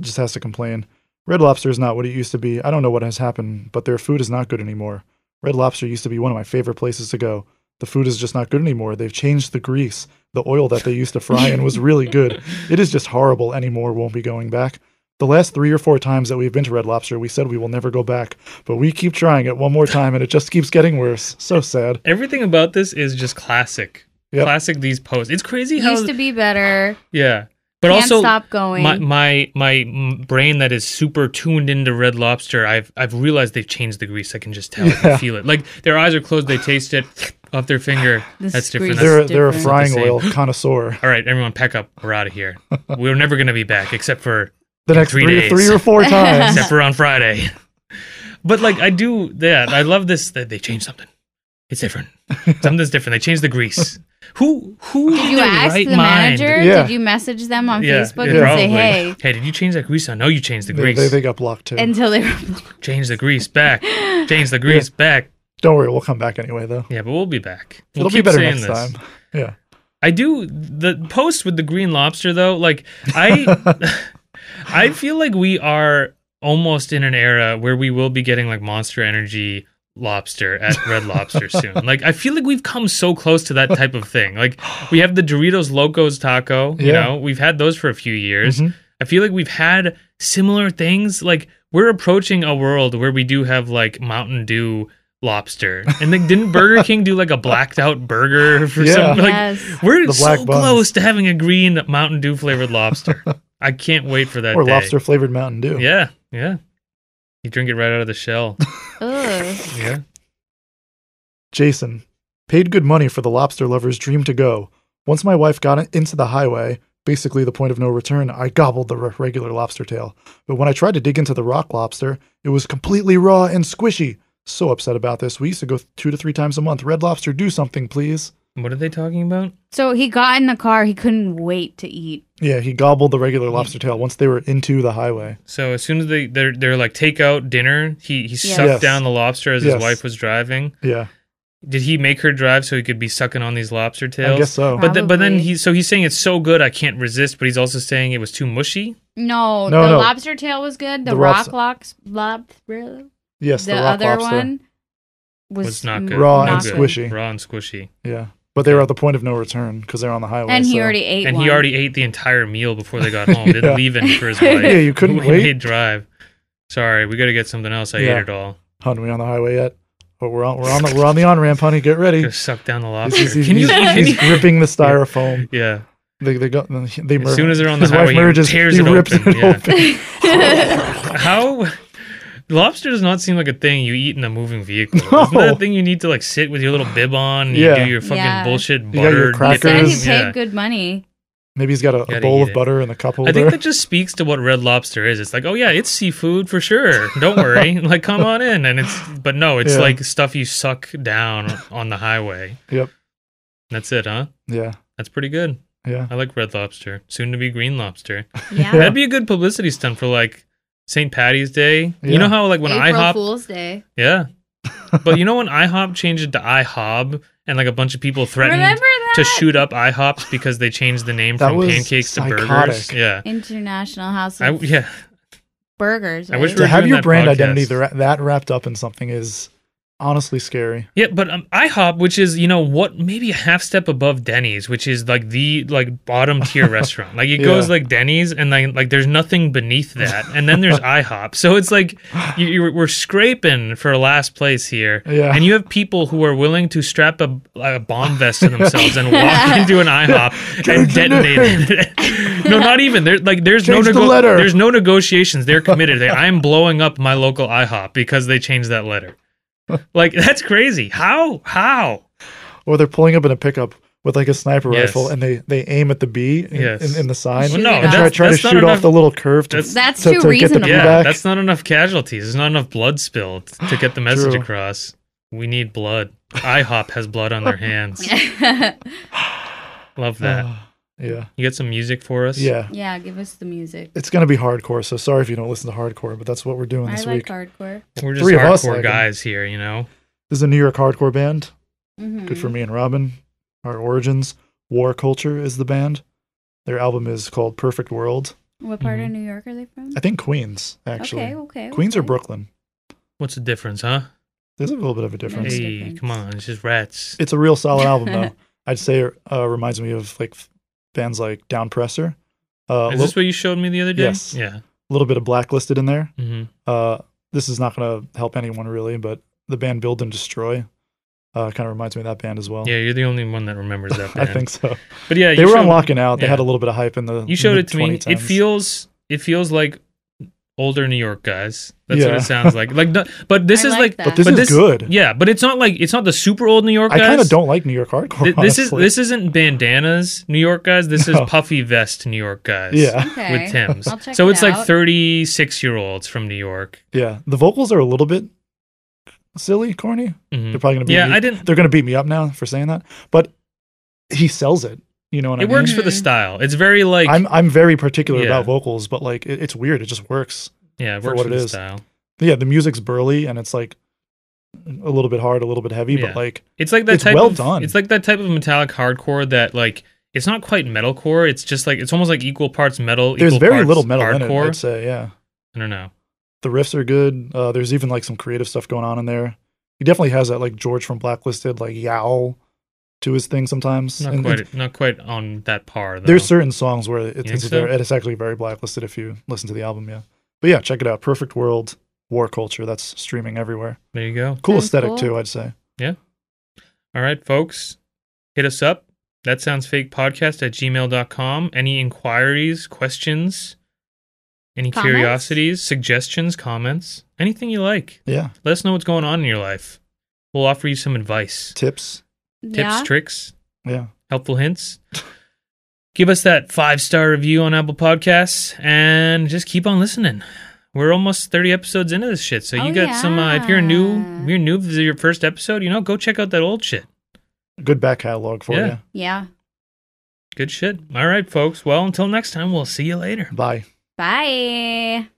just has to complain. Red Lobster is not what it used to be. I don't know what has happened, but their food is not good anymore. Red Lobster used to be one of my favorite places to go. The food is just not good anymore. They've changed the grease. The oil that they used to fry in was really good. It is just horrible anymore. Won't be going back. The last three or four times that we've been to Red Lobster, we said we will never go back, but we keep trying it one more time and it just keeps getting worse. So sad.
Everything about this is just classic.
Yep.
Classic these posts. It's crazy how.
Used to be better.
yeah. But
Can't
also,
stop going.
my my my m- brain that is super tuned into Red Lobster, I've I've realized they've changed the grease. I can just tell, I can
Yeah.
feel it. Like their eyes are closed, they taste it off their finger.
This
That's different.
grease.
That's-
They're they're a
different.
frying
It's the
oil connoisseur.
all right, everyone, pack up. We're out of here. We're never gonna be back, except for
The next
Three
three,
days.
three or four times.
except for on Friday. But like I do that. I love this that they changed something. It's different. Something's different. They changed the grease. Who who
Did
in
you
their
ask
right
the
mind-
manager?
Yeah.
Did you message them on
Yeah,
Facebook
yeah,
and
probably.
say, hey,
Hey, did you change that grease? I know you changed the
They,
grease.
they, they got blocked too.
until they were
Change the grease back. Change the grease back.
Don't worry, we'll come back anyway though.
Yeah, but we'll be back. We'll
It'll be
keep
better
saying
next
this.
time. Yeah.
I do the post with the green lobster though. Like I, I feel like we are almost in an era where we will be getting like Monster Energy lobster at Red Lobster soon. Like I feel like we've come so close to that type of thing. Like we have the Doritos Locos taco. You
Yeah.
know, we've had those for a few years.
Mhm.
I feel like we've had similar things. Like we're approaching a world where we do have like Mountain Dew lobster, and like didn't Burger King do like a blacked out burger for
Yeah.
some like
yes.
we're
The
so
black buns.
close to having a green Mountain Dew flavored lobster. I can't wait for that
Or
day.
lobster flavored Mountain Dew.
Yeah, yeah. You drink it right out of the shell.
Ugh.
yeah.
Jason paid good money for the lobster lover's dream to go. Once my wife got into the highway, basically the point of no return, I gobbled the re- regular lobster tail. But when I tried to dig into the rock lobster, it was completely raw and squishy. So upset about this. We used to go th- two to three times a month. Red Lobster, do something, please.
What are they talking about?
So he got in the car. He couldn't wait to eat.
Yeah, he gobbled the regular lobster tail once they were into the highway.
So as soon as they they're, they're like takeout dinner, he he sucked
Yes.
down the lobster as
Yes.
his wife was driving.
Yeah,
Did he make her drive so he could be sucking on these lobster tails?
I guess so.
But th- but then
Probably.
he so he's saying it's so good I can't resist, but he's also saying it was too mushy.
No,
No,
the
no.
lobster tail was good. The,
The
rock
lobs-
locks, lob, the,
Yes, the, rock
other
lobster.
one was,
Was not good.
Raw
Not
and
good.
squishy.
Raw and squishy.
Yeah, but they were at the point of no return because they're on the highway.
And he
so-
already ate
and
one.
he already ate the entire meal before they got home.
Yeah.
Didn't leave any for his wife.
Yeah, you couldn't
we
wait.
made drive. Sorry, we got to get something else. I
Yeah.
ate it all.
Hun, we on the highway yet? But we're on we're on the we're on the on ramp, honey. Get ready.
Gonna suck down the
He's,
lobster.
he's, he's,
Can you?
he's-
Can
he's
you-
gripping the styrofoam.
yeah.
They they go they merge.
As soon as they're on the
His
highway,
wife
he
merges.
tears
he
it
rips
open.
it
yeah.
open.
How? Lobster does not seem like a thing you eat in a moving vehicle.
No.
Isn't that a thing you need to like sit with your little bib on? And
Yeah.
You do your fucking
Yeah.
bullshit
got
butter.
He said
your
he
crackers.
paid
Yeah.
good money.
Maybe he's got a, a
Gotta
bowl
eat
of
it.
butter and a cup holder.
I think that just speaks to what Red Lobster is. It's like, oh yeah, it's seafood for sure. Don't worry, like come on in. And it's, but no, it's
Yeah.
like stuff you suck down on the highway.
Yep.
That's it, huh?
yeah,
That's pretty good.
yeah.
I like Red Lobster. Soon to be Green Lobster.
Yeah.
That'd be a good publicity stunt for like St. Patty's Day. You
Yeah.
know how like when
April
IHOP,
Fool's Day.
yeah. but you know when IHOP changed it to IHOB and like a bunch of people threatened
Remember that?
to shoot up IHOPs because they changed the name
That
from
was
pancakes to burgers.
psychotic.
Yeah.
International House
I,
of
yeah.
Burgers.
I wish
right?
we
To
were
have
doing
your
that
brand
podcast.
identity tha- that wrapped up in something is honestly scary.
Yeah, but um, IHOP, which is you know what, maybe a half step above Denny's, which is like the like bottom tier restaurant. Like it
Yeah.
goes like Denny's, and then like there's nothing beneath that, and then there's IHOP. So it's like you, you we're scraping for last place here,
Yeah.
and you have people who are willing to strap a, a bomb vest to themselves and walk into an IHOP and
Change the
detonate it. no, not even. There, like there's
Change
no
the
nego-
letter.
there's no negotiations. They're committed. They, I'm blowing up my local IHOP because they changed that letter. Like that's crazy. How? How?
Or they're pulling up in a pickup with like a sniper
Yes.
rifle and they they aim at the bee in,
Yes.
in, in the sign
Well,
no,
and try,
that's-
try to
that's not
shoot
enough-
off the little curve to,
that's-
That's too
to, to get the
reasonable.
bee
Yeah,
back.
that's not enough casualties. There's not enough blood spilled to get the message
True.
across. We need blood. IHOP has blood on their hands. Love that.
Ah, yeah,
You get some music for us?
yeah.
yeah, give us the music.
It's gonna be hardcore. So sorry if you don't listen to hardcore, but that's what we're doing
I
this
like
week.
hardcore.
We're just
Three of us like
hardcore
'em.
guys here, you know?
This is a New York hardcore band.
Mhm.
Good for me and Robin. Our origins. War Culture is the band. Their album is called Perfect World.
What part
Mhm.
of New York are they from?
Mm-hmm. I think Queens, actually.
okay, okay.
Queens or
okay.
Brooklyn.
What's the difference, huh?
There's a little bit of a
There's
difference.
a
Hey,
difference.
come on. It's just rats.
It's a real solid album, though. I'd say it uh, reminds me of like bands like Downpressor. Uh,
Is
a
this what you showed me the other day?
Yes.
Yeah.
little bit of Blacklisted in there.
hmm
Uh, this is not going to help anyone really, but the band Build and Destroy uh, kind of reminds me of that band as well.
Yeah, you're the only one that remembers that
Oh. I
band.
think so.
But yeah,
they
you
were
showed,
on locking out. They
yeah.
had a little bit of hype in the.
You showed it to me. It
mid-2010s.
feels it feels like older New York guys. That's what
Yeah.
it sounds like. Like no, but this
I
is
like
like
that.
but this
but
is
this-
good.
Yeah, but it's not like it's not the super old New York
I
guys.
kind of don't like New York hardcore.
Th- this is
honestly.
this isn't bandanas New York guys. This
No.
is puffy vest New York guys.
Yeah,
Okay.
with Tim's.
I'll check
so
it
it's like
out.
thirty six year olds from New York.
yeah. The vocals are a little bit silly, corny.
Mhm.
They're probably gonna beat
Yeah,
me.
I didn't.
They're gonna beat me up now for saying that. But he sells it. You know what I
It
mean?
works for the style. It's very like
I'm I'm very particular
Yeah.
about vocals, but like it, it's weird. It just works.
yeah, it
for
works
what
for
it
the
is.
style.
But yeah, the music's burly and it's like a little bit hard, a little bit heavy,
Yeah.
but like
It's like that
It's
type
well
of
done.
it's like that type of metallic hardcore that like it's not quite metalcore. It's just like it's almost like equal parts metal.
there's
equal
very
parts
little metal in
hardcore.
it. I'd say yeah.
I don't know.
The riffs are good. Uh, there's even like some creative stuff going on in there. He definitely has that like George from Blacklisted like yowl to his thing sometimes.
Not
And
quite.
it's-
not quite on that par. Though.
there's certain songs where it's,
think so?
it's, very- it's actually very blacklisted if you listen to the album. Yeah, but yeah, check it out. Perfect World, War Culture. That's streaming everywhere.
there you go.
Cool
Sounds
aesthetic
cool.
too. I'd say.
All right, folks, hit us up. That sounds fake podcast at gmail.com. Any inquiries, questions, any
Comments?
curiosities, suggestions, comments, anything you like.
Yeah,
Let us know what's going on in your life. We'll offer you some advice,
tips.
yeah.
tips, tricks,
Yeah,
helpful hints. Give us that five star review on Apple Podcasts and just keep on listening. We're almost 30 episodes into this shit. So you
Oh,
got some, uh, if you're new,
yeah.
if you're new, this is your first episode, you know, go check out that old shit.
good back catalog for
Yeah.
yeah.
Good shit. All right, folks. Well, until next time, we'll see you later.
you. Bye.
Bye.